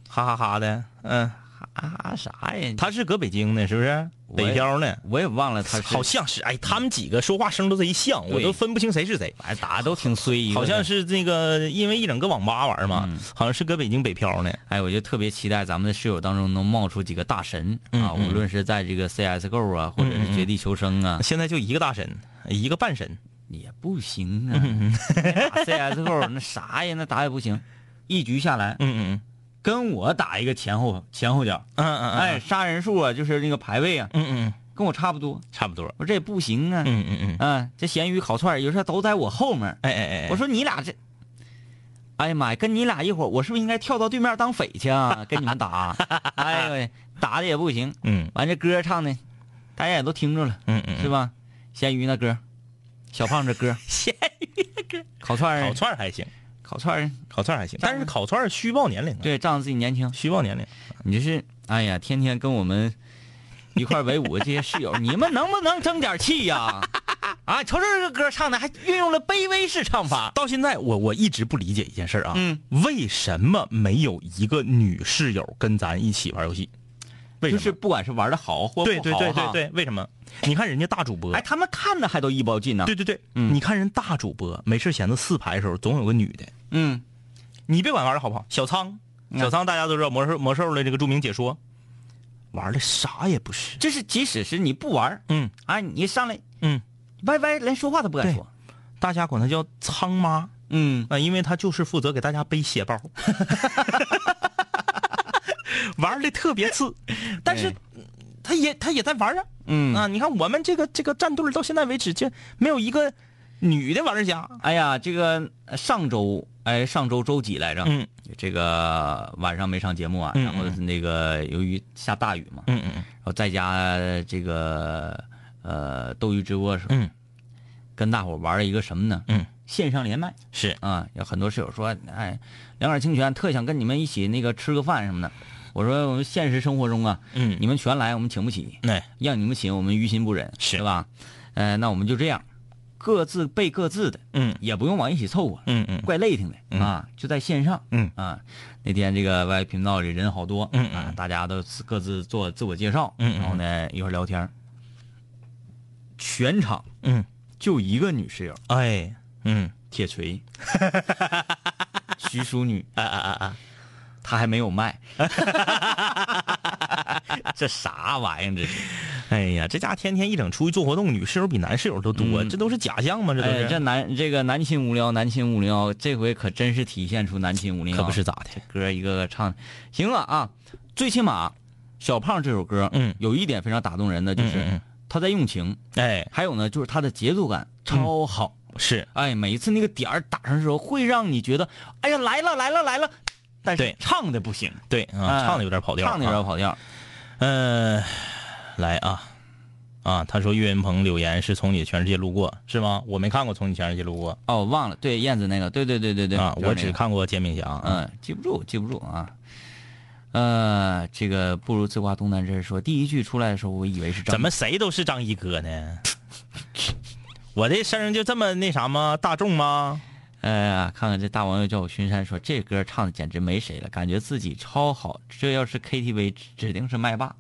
S3: 哈哈哈的，嗯，
S2: 啊啥呀？
S3: 他是搁北京的，是不是？
S2: 我也
S3: 北漂呢？
S2: 我也忘了他是
S3: 好像是，哎，他们几个说话声都贼像，我
S2: 对
S3: 都分不清谁是谁。哎，打
S2: 啊都挺衰一个的，嗯
S3: 好像是那个，因为一整个网吧玩嘛，好像是搁北京北漂呢。
S2: 哎，我就特别期待咱们的室友当中能冒出几个大神
S3: 嗯
S2: 啊，无论是在这个 CSGO 啊，或者是绝地求生啊，
S3: 现在就一个大神，一个半神，
S2: 也不行
S3: 嗯
S2: 啊。 打 CSGO 那啥呀，那打也不行。一局下来，
S3: 嗯嗯
S2: 跟我打一个前后前后脚，
S3: 嗯嗯嗯，
S2: 哎，，杀人数啊，就是那个排位啊，
S3: 嗯嗯，
S2: 跟我差不多。
S3: 差不多，
S2: 我说这也不行啊，
S3: 嗯嗯嗯，
S2: 啊，这咸鱼烤串儿有时候都在我后面儿。
S3: 哎哎哎，
S2: 我说你俩这，哎呀妈呀，跟你俩一伙儿，我是不是应该跳到对面当匪去啊？ 跟你们打，哎呦喂，打的也不行。
S3: 嗯
S2: 完这歌唱的，大家也都听着了，
S3: 嗯嗯，
S2: 是吧？咸鱼那歌，小胖这 歌，
S3: 咸
S2: 鱼歌，烤串儿嗯
S3: 烤，串还行，
S2: 烤串儿，
S3: 烤串还行，但是烤串虚报年龄啊，，
S2: 对，仗着自己年轻，
S3: 虚报年龄，
S2: 你这是，哎呀，天天跟我们一块儿为伍的这些室 友，你们能不能争点气呀？ 啊，瞅瞅这个歌唱的，还运用了卑微式唱法。
S3: 到现在我我一直不理解一件事啊，
S2: 嗯，
S3: 为什么没有一个女室友跟咱一起玩游戏？为
S2: 就
S3: 什么？
S2: 是不管是玩的好或不好啊
S3: 对对对对
S2: 哈，
S3: 对，为什么？你看人家大主播，
S2: 哎，他们看着还都一包劲呢。
S3: 对对对，你看人大主播没事闲着四排的时候，总有个女的。
S2: 嗯，
S3: 你别管玩的好不好，小仓，小仓大家都知道魔兽魔兽的这个著名解说，玩的啥也不是。
S2: 就是即使是你不玩儿，
S3: 嗯
S2: 啊，你一上来
S3: 嗯，
S2: 歪歪连说话都不敢
S3: 对
S2: 说。
S3: 大家管她叫仓妈啊、
S2: 嗯，
S3: 因为她就是负责给大家背血 包，玩的特别次，但是
S2: 对
S3: 她也她也在玩啊。
S2: 嗯
S3: 啊，你看我们这个这个战队到现在为止，这没有一个女的玩家，
S2: 哎呀，这个呃上周，哎，上周周几来着？
S3: 嗯，
S2: 这个晚上没上节目啊，
S3: 嗯
S2: 然后那个由于下大雨嘛，
S3: 嗯嗯
S2: 然后在家这个呃斗鱼直播的时候，
S3: 嗯，
S2: 跟大伙儿玩了一个什么呢？
S3: 嗯，
S2: 线上连麦
S3: 是
S2: 啊，有很多室友说，哎，两耳清泉特想跟你们一起那个吃个饭什么的。我说我们现实生活中啊，
S3: 嗯哎
S2: 你们全来我们请不起，
S3: 那
S2: 让你们请我们于心不忍，
S3: 是
S2: 对吧？呃，那我们就这样，各自备各自的，
S3: 嗯
S2: 也不用往一起凑合，
S3: 嗯嗯
S2: 怪累挺的、啊，就在线上，
S3: 嗯
S2: 啊，那天这个 Y 频道里人好多，
S3: 嗯嗯
S2: 啊，大家都各自做自我介绍，
S3: 嗯嗯
S2: 然后呢一会儿聊天儿，全场
S3: 嗯，
S2: 就一个女室友，
S3: 哎，嗯
S2: 铁锤，徐淑女，
S3: 啊啊啊啊，
S2: 她还没有麦，这啥玩意儿这是？
S3: 哎呀，这家天天一整出去做活动，女室友比男室友都多，
S2: 嗯
S3: 这都是假象吗？这都
S2: 哎，
S3: 是
S2: 这男这个男亲无聊，男亲无聊，这回可真是体现出男亲无聊，
S3: 可不是咋的？
S2: 歌一个个唱，行了啊，最起码小胖这首歌，
S3: 嗯
S2: 有一点非常打动人的就是
S3: 嗯嗯嗯
S2: 他在用情，
S3: 哎，
S2: 还有呢就是他的节奏感超好，
S3: 是
S2: 哎，每一次那个点儿打上的时候，会让你觉得，哎呀来了来了来了，但是
S3: 对
S2: 唱的不行，
S3: 对啊，
S2: 哎
S3: 唱的有点跑调，
S2: 唱的有
S3: 啊
S2: 点跑调，
S3: 呃，来啊啊！他说岳云鹏柳岩是从你全世界路过是吗？我没看过《从你全世界路过
S2: 哦，忘了，对燕子那个，对对对对对，》
S3: 啊，
S2: 就是
S3: 我
S2: 那个
S3: 只看过《煎饼侠》啊。
S2: 嗯，记不住，记不住啊。呃，这个不如自挂东南枝说，第一句出来的时候，我以为是张
S3: 怎么谁都是张一哥呢？ 我这声儿就这么那啥吗？大 众吗？
S2: 哎呀，看看这大网友叫我巡山说，这歌唱的简直没谁了，感觉自己超好。这要是 KTV，指指定是麦霸，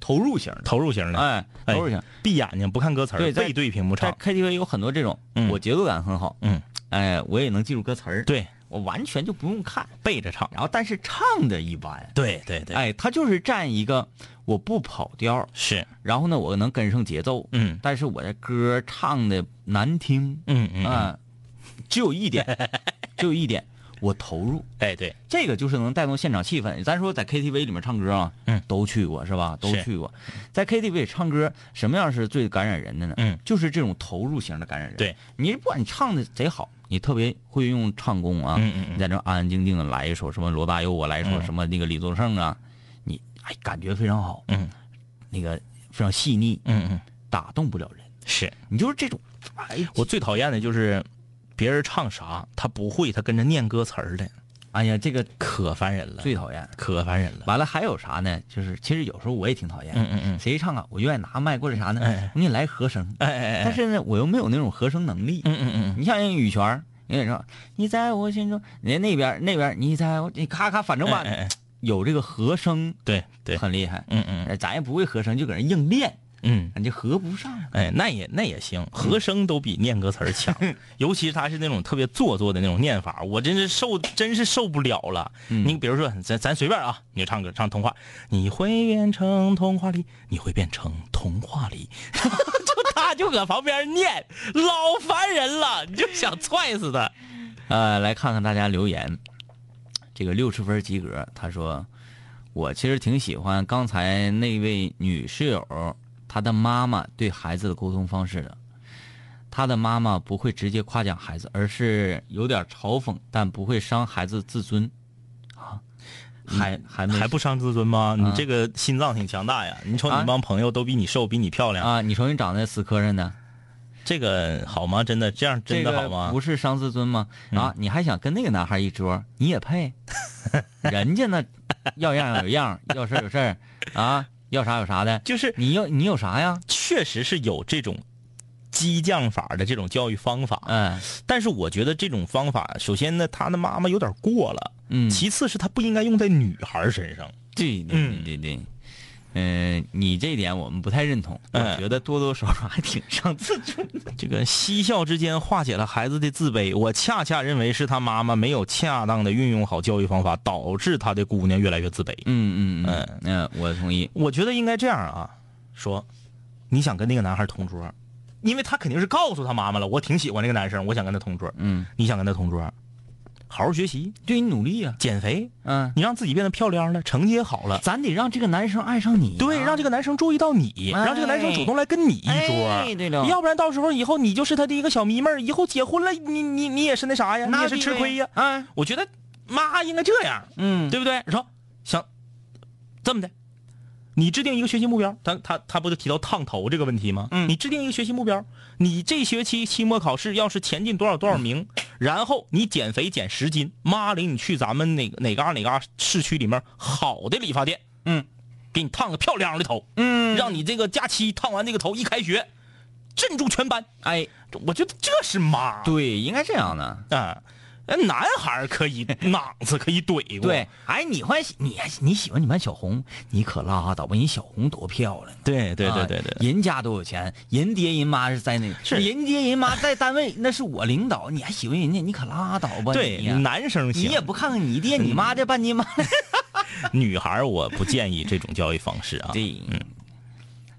S2: 投入型的，
S3: 投入型的，
S2: 哎，
S3: 哎
S2: 投入型。
S3: 闭眼睛不看歌词儿，
S2: 对在
S3: 背对屏幕
S2: 在
S3: 唱。
S2: KTV 有很多这种，
S3: 嗯
S2: 我节奏感很好，
S3: 嗯，
S2: 哎，我也能记住歌词儿，
S3: 对，
S2: 我完全就不用看，
S3: 背着唱。
S2: 然后但是唱的一般，
S3: 对对对，
S2: 哎，他就是占一个我不跑调，
S3: 是，
S2: 然后呢，我能跟上节奏，
S3: 嗯
S2: 但是我的歌唱的难听，
S3: 嗯嗯，嗯
S2: 啊，只有 一点，只有一点，我投入，
S3: 哎对，
S2: 这个就是能带动现场气氛。咱说在 KTV 里面唱歌啊，
S3: 嗯
S2: 都去过是吧？都
S3: 是
S2: 去过，在 KTV 里唱歌，什么样是最感染人的呢？
S3: 嗯，
S2: 就是这种投入型的感染人。
S3: 对，
S2: 你不管你唱的贼好，你特别会用唱功啊，
S3: 嗯嗯嗯
S2: 你在这安安静静的来一首什么罗大佑啊，来一首什么那个李宗盛啊，你哎感觉非常好，
S3: 嗯，
S2: 那个非常细腻，
S3: 嗯嗯，
S2: 打动不了人。
S3: 是
S2: 你就是这种，哎，
S3: 我最讨厌的就是别人唱啥他不会，他跟着念歌词儿的，
S2: 哎呀，这个
S3: 可烦人了，
S2: 最讨厌。
S3: 可烦人了。
S2: 完了还有啥呢？就是其实有时候我也挺讨厌，
S3: 嗯嗯嗯
S2: 谁唱啊，我就爱拿麦过来啥呢？
S3: 哎
S2: 我给你来和声，
S3: 哎哎哎，
S2: 但是呢，我又没有那种和声能力。
S3: 嗯嗯嗯嗯，
S2: 你像人羽泉儿，人家说你在我心中，人家那边那边你在我，你咔咔，反正吧，
S3: 哎哎哎
S2: 有这个和声，
S3: 对对，
S2: 很厉害。
S3: 嗯嗯
S2: 哎咱也不会和声，就搁那硬练，
S3: 嗯，
S2: 你就合不上。
S3: 哎，那也那也行，和声都比念歌词儿强，
S2: 嗯
S3: 尤其是他是那种特别做作的那种念法，我真是受真是受不了了。
S2: 嗯
S3: 你比如说，咱咱随便啊，你就唱歌唱童话，你会变成童话里，你会变成童话 里，就他就搁旁边念，老烦人了，你就想踹死他。
S2: 呃，来看看大家留言。这个六十分及格，他说：“我其实挺喜欢刚才那位女室友，她的妈妈对孩子的沟通方式的。她的妈妈不会直接夸奖孩子，而是有点嘲讽，但不会伤孩子自尊。啊，还还没嗯
S3: 还不伤自尊吗？你这个心脏挺强大呀！你瞅你
S2: 啊
S3: 那帮朋友都比你瘦，比你漂亮，
S2: 啊？你瞅你长得死磕碜呢，
S3: 这个好吗？真的这样真的好
S2: 这个
S3: 吗？
S2: 不是伤自尊吗？啊，你还想跟那个男孩一桌，你也配？ 人家那要样有 样，要事儿有事儿啊，要啥有啥的。
S3: 就是
S2: 你要你有啥呀？
S3: 确实是有这种激将法的这种教育方法，
S2: 嗯
S3: 但是我觉得这种方法，首先呢，他的妈妈有点过了，
S2: 嗯，
S3: 其次是他不应该用在女孩身上。
S2: 对对
S3: 嗯
S2: 对对对，嗯、你这一点我们不太认同，我
S3: 嗯
S2: 觉得多多少少还挺伤自尊。
S3: 这个嬉笑之间化解了孩子的自卑，我恰恰认为是他妈妈没有恰当的运用好教育方法，导致他的姑娘越来越自卑。
S2: 嗯嗯嗯嗯，我同意。
S3: 我觉得应该这样啊，说你想跟那个男孩同桌，因为他肯定是告诉他妈妈了，我挺喜欢那个男生，我想跟他同桌。
S2: 嗯，
S3: 你想跟他同桌，好好学习，
S2: 对你努力啊呀、
S3: 减肥，
S2: 嗯，
S3: 你让自己变得漂亮了，成绩也好了。
S2: 咱得让这个男生爱上你、啊
S3: 对，让这个男生注意到你，
S2: 哎
S3: 让这个男生主动来跟你一桌，
S2: 哎对了
S3: 要不然到时候以后你就是他的一个小迷妹儿以后结婚了，你你你也是那啥呀，你
S2: 那
S3: 也是吃亏呀。
S2: 嗯
S3: 我觉得妈应该这样，
S2: 嗯，
S3: 对不对？你说想这么的，你制定一个学习目标，他他他不是提到烫头这个问题吗？
S2: 嗯
S3: 你制定一个学习目标，你这学期期末考试要是前进多少多少名，然后你减肥减十斤，妈领你去咱们哪个哪嘎哪嘎市区里面好的理发店，
S2: 嗯，
S3: 给你烫个漂亮的头，
S2: 嗯
S3: 让你这个假期烫完这个头一开学，镇住全班。
S2: 哎，
S3: 这我觉得这是妈
S2: 对，应该这样的。
S3: 啊。那男孩儿 可以脑子可以怼过，
S2: 对，哎，你欢喜你你喜欢你们班小红，你可拉倒吧！人小红多漂亮，
S3: 对对对
S2: 啊
S3: 对对，
S2: 人家多有钱，人爹人妈是在那，
S3: 是
S2: 人爹人妈在单位那是我领导，你还喜欢人家，你可拉倒吧！
S3: 对
S2: 你呀
S3: 男生
S2: 你
S3: 行，
S2: 也不看看你爹你妈这半斤八两。
S3: 女孩儿我不建议这种教育方式啊。
S2: 对，嗯，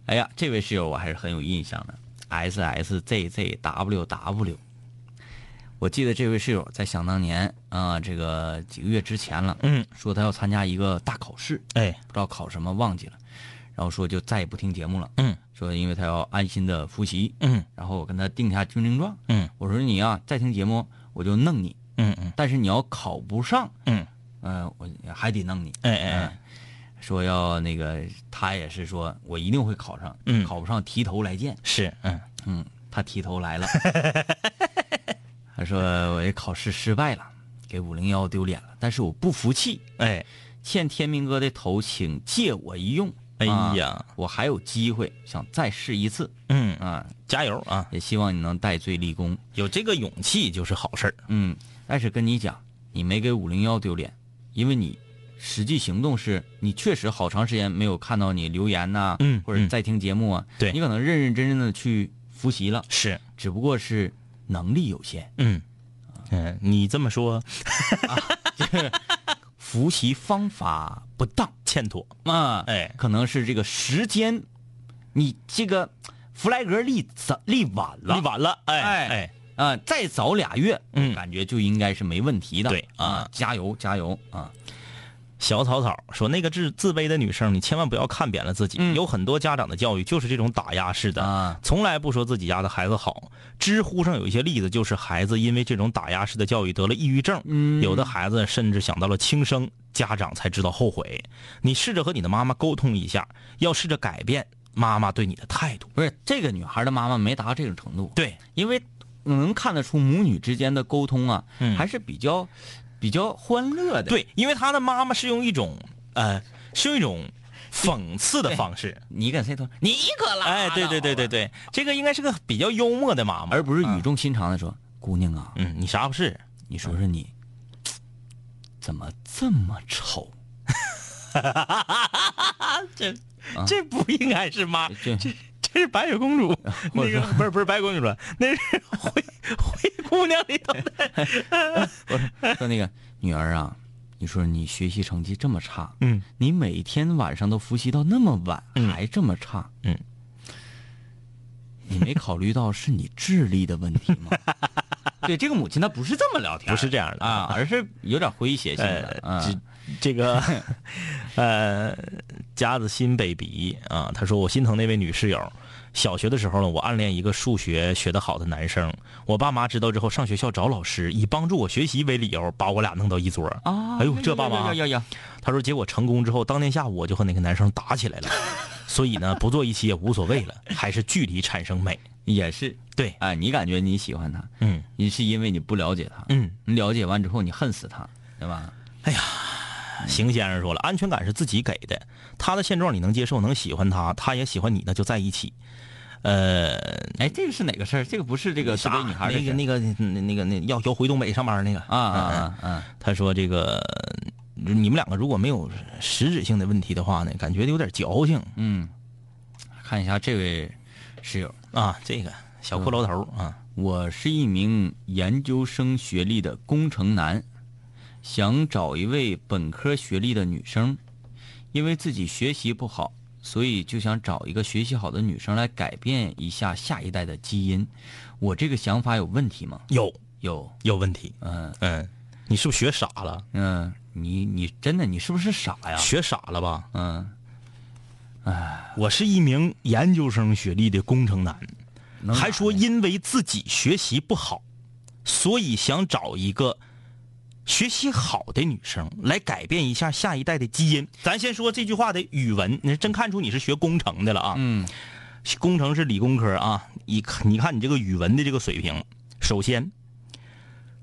S2: 哎呀，这位室友我还是很有印象的，S S Z Z W W。我记得这位室友在想当年啊、这个几个月之前了，
S3: 嗯，
S2: 说他要参加一个大考试，
S3: 哎，
S2: 不知道考什么忘记了，然后说就再也不听节目了，
S3: 嗯，
S2: 说因为他要安心的复习，
S3: 嗯
S2: 然后我跟他定下军令状，
S3: 嗯
S2: 我说你啊再听节目我就弄你，
S3: 嗯嗯
S2: 但是你要考不上，
S3: 嗯，
S2: 嗯，我还得弄你，
S3: 哎哎哎
S2: 嗯，说要那个，他也是说我一定会考上，
S3: 嗯
S2: 考不上提头来见，
S3: 是，嗯
S2: 嗯，他提头 来了，他说我这考试失败了，给五零幺丢脸了，但是我不服气，
S3: 哎，
S2: 欠天明哥的头，请借我一用，
S3: 哎呀
S2: 啊我还有机会，想再试一次
S3: 嗯，
S2: 啊，
S3: 加油啊！
S2: 也希望你能戴罪立功，
S3: 有这个勇气就是好事儿。
S2: 嗯，但是跟你讲，你没给五零幺丢脸，因为你实际行动是你确实好长时间没有看到你留言呐、
S3: 嗯
S2: 或者在听节目啊，
S3: 对
S2: 你可能认认真真的去复习了，
S3: 是，
S2: 只不过是能力有限，
S3: 嗯嗯，你这么说
S2: 复习方法
S3: 不当，欠妥。
S2: 啊，
S3: 哎
S2: 可能是这个时间，你这个弗莱格立早立晚了，
S3: 你晚了，哎
S2: 哎
S3: 哎，
S2: 啊、再早俩月，
S3: 嗯
S2: 感觉就应该是没问题的，
S3: 对
S2: 啊
S3: 啊，
S2: 加油加油啊，
S3: 小草草说：“那个自自卑的女生，你千万不要看扁了自己。
S2: 嗯
S3: 有很多家长的教育就是这种打压式的，
S2: 啊
S3: 从来不说自己家的孩子好。知乎上有一些例子，就是孩子因为这种打压式的教育得了抑郁症，
S2: 嗯
S3: 有的孩子甚至想到了轻生，家长才知道后悔。你试着和你的妈妈沟通一下，要试着改变妈妈对你的态度。
S2: 不是这个女孩的妈妈没达到这种程度，
S3: 对，
S2: 因为能看得出母女之间的沟通啊，
S3: 嗯
S2: 还是比较比较欢乐的。，
S3: 对，因为他的妈妈是用一种呃，是用一种讽刺的方式。”
S2: 你敢谁头？你可拉
S3: 哎，对对对对
S2: 倒吧，
S3: 对，这个应该是个比较幽默的妈妈，
S2: 而不是语重心长的说：“姑娘啊，
S3: 嗯，你啥不是？
S2: 你说说你怎么这么丑啊
S3: 这不应该是妈，
S2: 这
S3: 啊这这是白雪公主，那个不是不是白雪公主了，那是灰灰姑娘里头的。？”
S2: 说那个女儿啊，你说你学习成绩这么差，
S3: 嗯，
S2: 你每天晚上都复习到那么晚，还这么差，
S3: 嗯，
S2: 你没考虑到是你智力的问题吗？ 对，这个母亲她不是这么聊天，
S3: 不是这样的
S2: 啊，而是有点诙谐性的，
S3: 呃，这
S2: 嗯，
S3: 这 个呃，夹子心 baby 啊，他说我心疼那位女室友。小学的时候呢，我暗恋一个数学学得好的男生，我爸妈知道之后上学校找老师，以帮助我学习为理由，把我俩弄到一桌。
S2: 啊
S3: 哎呦，这爸妈
S2: 要要要，
S3: 他说结果成功之后，当天下午我就和那个男生打起来了，所以呢，不坐一起也无所谓了，还是距离产生美。
S2: 也是
S3: 对，
S2: 啊，你感觉你喜欢他，
S3: 嗯
S2: 你是因为你不了解他，
S3: 嗯，
S2: 你了解完之后你恨死他，对吧？
S3: 邢先生说了，安全感是自己给的，他的现状你能接受，能喜欢他，他也喜欢你，那就在一起。呃，
S2: 哎，这个是哪个事儿？这个不是这个东
S3: 啥
S2: 北女孩的
S3: 那
S2: 事
S3: 个
S2: 儿
S3: 那个那那个那要要回东北上班那个
S2: 啊啊
S3: 嗯嗯
S2: 啊啊！
S3: 他说这个你们两个如果没有实质性的问题的话呢，感觉有点矫情
S2: 嗯，看一下这位室友，
S3: 啊。这个小
S2: 嗯
S3: 骷髅头啊，
S2: 我是一名研究生学历的工程男，想找一位本科学历的女生，因为自己学习不好，所以就想找一个学习好的女生来改变一下下一代的基因。我这个想法有问题吗？
S3: 有
S2: 有，
S3: 有问题。
S2: 嗯、
S3: 嗯，你是不是学傻了？
S2: 嗯，你你真的你是不是傻呀？
S3: 学傻了吧？
S2: 嗯，
S3: 我是一名研究生学历的工程男，
S2: 能
S3: 还说
S2: 咋的
S3: 因为自己学习不好，所以想找一个学习好的女生来改变一下下一代的基因。咱先说这句话的语文，你真看出你是学工程的了啊？
S2: 嗯，
S3: 工程是理工科啊，你看你看你这个语文的这个水平，首先，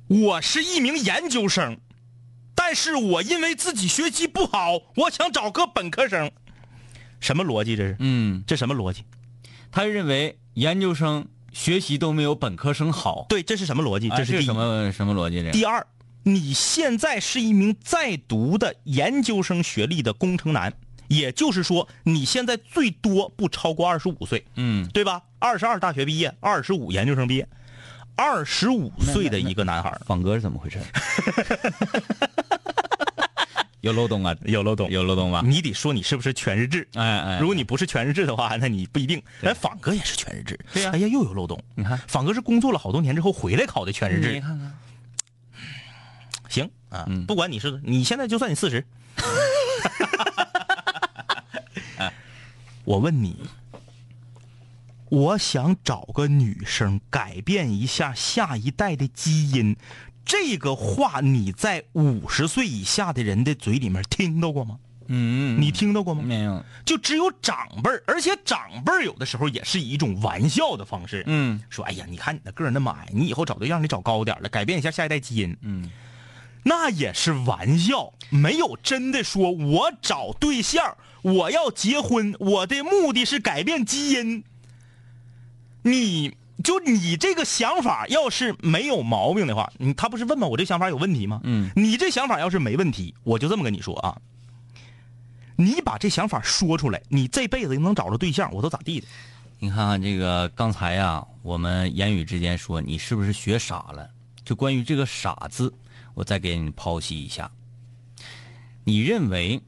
S3: 我是一名研究生，但是我因为自己学习不好，我想找个本科生，什么逻辑这是？
S2: 嗯，
S3: 这什么逻辑？
S2: 他认为研究生学习都没有本科生好，
S3: 对，这是什么逻辑？
S2: 哎
S3: 这是
S2: 是
S3: 第一。
S2: 什么什么逻辑？这个
S3: 第二，你现在是一名在读的研究生学历的工程男，也就是说，你现在最多不超过二十五岁，
S2: 嗯，
S3: 对吧？二十二大学毕业，二十五研究生毕业，二十五岁的一个男孩儿
S2: 放歌是怎么回事？ 有漏洞啊，
S3: 有漏洞，
S2: 有漏洞吧？
S3: 你得说你是不是全日制。
S2: 哎哎，
S3: 如果你不是全日制的话，那你不一定。
S2: 对
S3: 哎，仿哥也是全日制，
S2: 对呀
S3: 哎呀，又有漏洞。
S2: 你看
S3: 仿哥是工作了好多年之后回来考的全日制
S2: 你，看看，
S3: 行啊，
S2: 嗯
S3: 不管你是你现在就算你 四十，啊我问你，我想找个女生改变一下下一代的基因，这个话你在五十岁以下的人的嘴里面听到过吗？
S2: 嗯，
S3: 你听到过吗？
S2: 没有？
S3: 就只有长辈儿，而且长辈儿有的时候也是以一种玩笑的方式，
S2: 嗯，
S3: 说哎呀，你看你那个儿那么矮，你以后找对象得找高点儿了，改变一下下一代基因，
S2: 嗯，
S3: 那也是玩笑，没有真的说我找对象，我要结婚，我的目的是改变基因。你就你这个想法要是没有毛病的话，你他不是问吗？我这想法有问题吗？
S2: 嗯，
S3: 你这想法要是没问题，我就这么跟你说啊，你把这想法说出来，你这辈子能找着对象，我都咋地的？
S2: 你看看这个，刚才呀、我们言语之间说你是不是学傻了？就关于这个“傻”字，我再给你剖析一下。你认为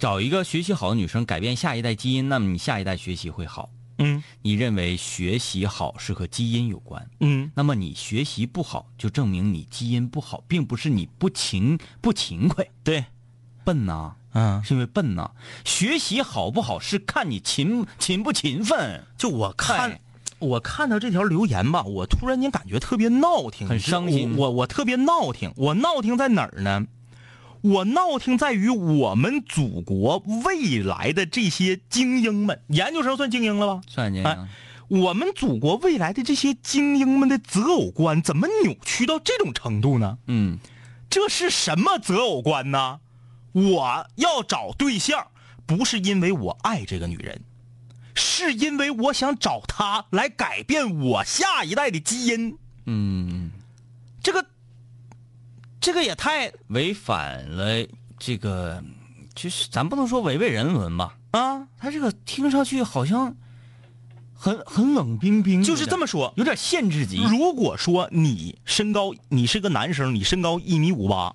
S2: 找一个学习好的女生改变下一代基因，那么你下一代学习会好？
S3: 嗯
S2: 你认为学习好是和基因有关？
S3: 嗯，
S2: 那么你学习不好，就证明你基因不好，并不是你不勤不勤快、
S3: 对，
S2: 笨呐、
S3: 嗯，
S2: 是因为笨呐、学习好不好是看你勤勤不勤奋。
S3: 就我
S2: 哎
S3: 看。我看到这条留言吧，我突然间感觉特别闹挺，
S2: 很伤心
S3: 我我我特别闹挺，我闹挺在哪儿呢？我闹挺在于我们祖国未来的这些精英们，研究生算精英了吧？
S2: 算这
S3: 哎我们祖国未来的这些精英们的择偶观怎么扭曲到这种程度呢？
S2: 嗯，
S3: 这是什么择偶观呢？我要找对象，不是因为我爱这个女人，是因为我想找她来改变我下一代的基因。
S2: 嗯，
S3: 这个，这个也太
S2: 违反了这个，就是咱不能说违背人伦吧，
S3: 啊，
S2: 他这个听上去好像很很冷冰冰的，
S3: 就是这么嗯说。
S2: 有点限制级。
S3: 如果说你身高，你是个男生，你身高一米五八，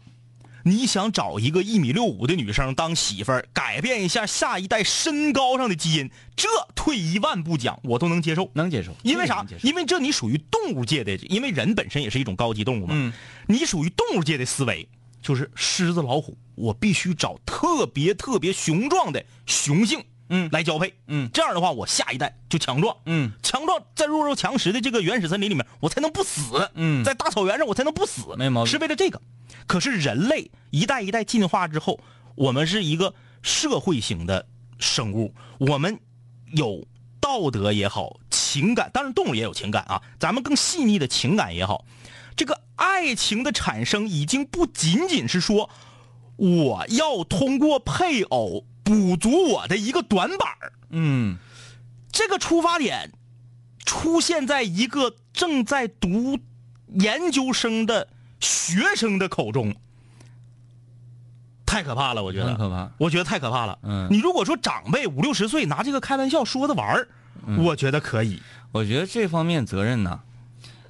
S3: 你想找一个一米六五的女生当媳妇儿，改变一下下一代身高上的基因，这退一万步讲，我都能接受。
S2: 能接受，
S3: 因为
S2: 这个
S3: 啥
S2: 能接？受
S3: 因为这你属于动物界的，因为人本身也是一种高级动物嘛。
S2: 嗯
S3: 你属于动物界的思维，就是狮子、老虎，我必须找特别特别雄壮的雄性，
S2: 嗯
S3: 来交配，
S2: 嗯
S3: 这样的话我下一代就强壮，
S2: 嗯，
S3: 强壮在弱肉强食的这个原始森林里面，我才能不死，
S2: 嗯
S3: 在大草原上我才能不死，
S2: 没毛病
S3: 是为了这个。可是人类一代一代进化之后，我们是一个社会型的生物，我们有道德也好，情感，当然动物也有情感啊，咱们更细腻的情感也好，这个爱情的产生已经不仅仅是说我要通过配偶补足我的一个短板儿
S2: 嗯
S3: 这个出发点出现在一个正在读研究生的学生的口中，太可怕了，我觉得
S2: 很可怕
S3: 我觉得太可怕了。
S2: 嗯
S3: 你如果说长辈五六十岁拿这个开玩笑说着玩儿，我觉得可以。
S2: 我觉得这方面责任呢，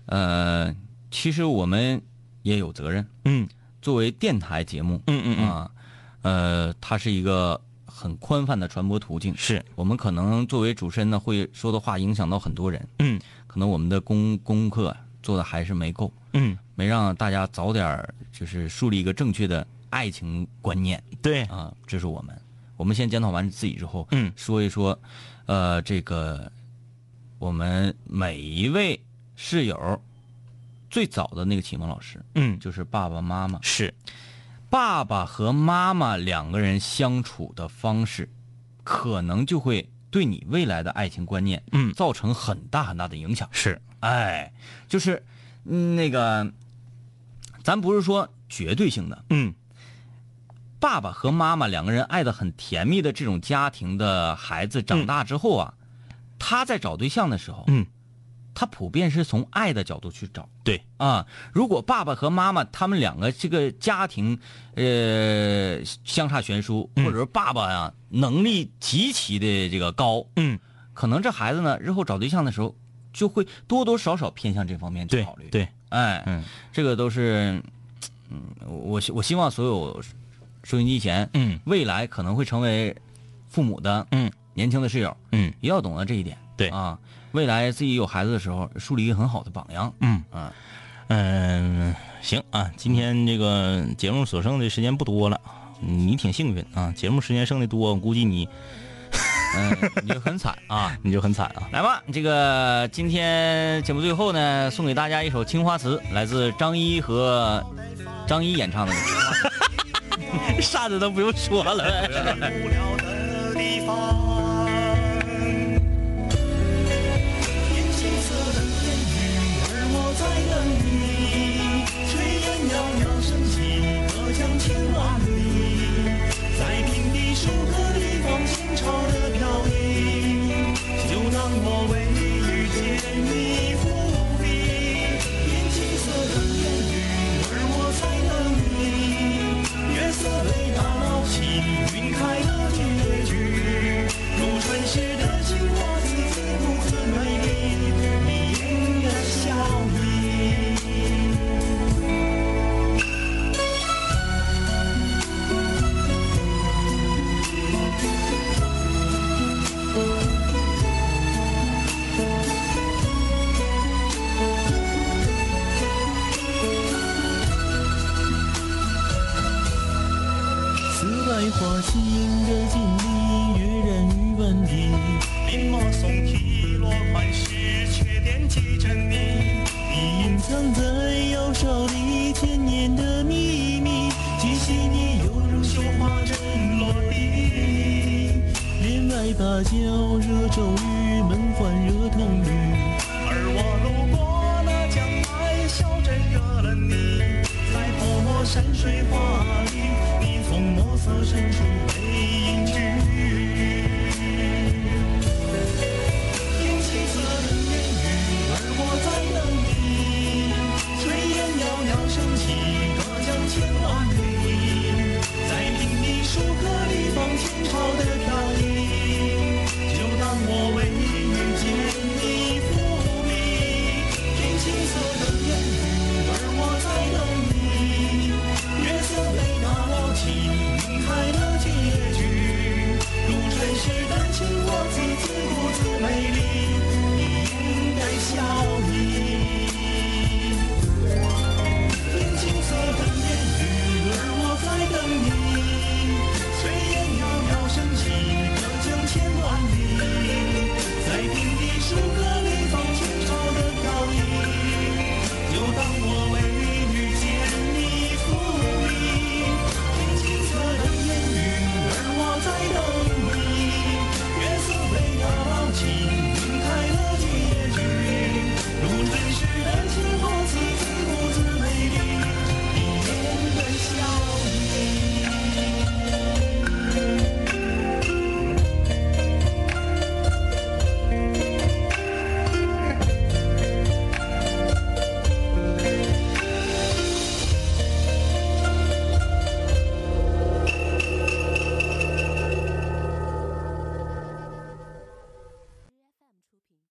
S2: 呃，其实我们也有责任。
S3: 嗯
S2: 作为电台节目，
S3: 嗯嗯嗯
S2: 啊，呃，它是一个很宽泛的传播途径。
S3: 是
S2: 我们可能作为主持人呢，会说的话影响到很多人，
S3: 嗯
S2: 可能我们的功功课做的还是没够，
S3: 嗯，
S2: 没让大家早点儿就是树立一个正确的爱情观念
S3: 对，
S2: 啊，这是我们。我们先检讨完自己之后，
S3: 嗯
S2: 说一说，呃，这个我们每一位室友最早的那个启蒙老师
S3: 嗯，
S2: 就是爸爸妈妈，
S3: 是，
S2: 爸爸和妈妈两个人相处的方式，可能就会对你未来的爱情观念，
S3: 嗯
S2: 造成很大很大的影响。
S3: 是，
S2: 哎，就是嗯那个，咱不是说绝对性的，
S3: 嗯，
S2: 爸爸和妈妈两个人爱的很甜蜜的这种家庭的孩子，长大之后啊，他在找对象的时候，
S3: 嗯，
S2: 他普遍是从爱的角度去找
S3: 对，
S2: 啊。如果爸爸和妈妈他们两个这个家庭，呃，相差悬殊，
S3: 嗯
S2: 或者说爸爸呀、能力极其的这个高，
S3: 嗯，
S2: 可能这孩子呢日后找对象的时候就会多多少少偏向这方面去
S3: 对
S2: 考虑，，
S3: 对，
S2: 哎，
S3: 嗯
S2: 这个都是，嗯，我希我希望所有收音机前，
S3: 嗯
S2: 未来可能会成为父母的，
S3: 嗯，
S2: 年轻的室友
S3: 嗯
S2: 也要懂得这一点，
S3: 对
S2: 啊，未来自己有孩子的时候，树立一个很好的榜样，
S3: 嗯
S2: 啊，
S3: 嗯，行啊，今天这个节目所剩的时间不多了，你挺幸运啊，节目时间剩的多，我估计你
S2: 嗯，你就很惨啊。
S3: 你就很惨啊。
S2: 来吧，这个今天节目最后呢，送给大家一首《青花瓷》，来自张一和张一演唱的。
S3: 啥子都不用说了。
S8: 无聊的地方。眼青色的烟雨，而我在等你。炊烟袅袅升起，隔江千万里。在平地数个地方，心潮的飘逸。就当我为遇见你伏笔。眼青色的烟雨，而我在等你。月色被打捞起，云开的结局。如传世的青花瓷，自顾自美丽，你盈的笑意。四百花吸引着锦鲤，跃然于万里。临摹宋体落款时，却惦记着你。你隐藏在腰梢里千年的秘密，记起你犹如绣花针落地。帘外芭蕉惹骤雨，门环惹铜绿。而我路过那江南小镇，惹了你，在泼墨山水画里，你从墨色深处被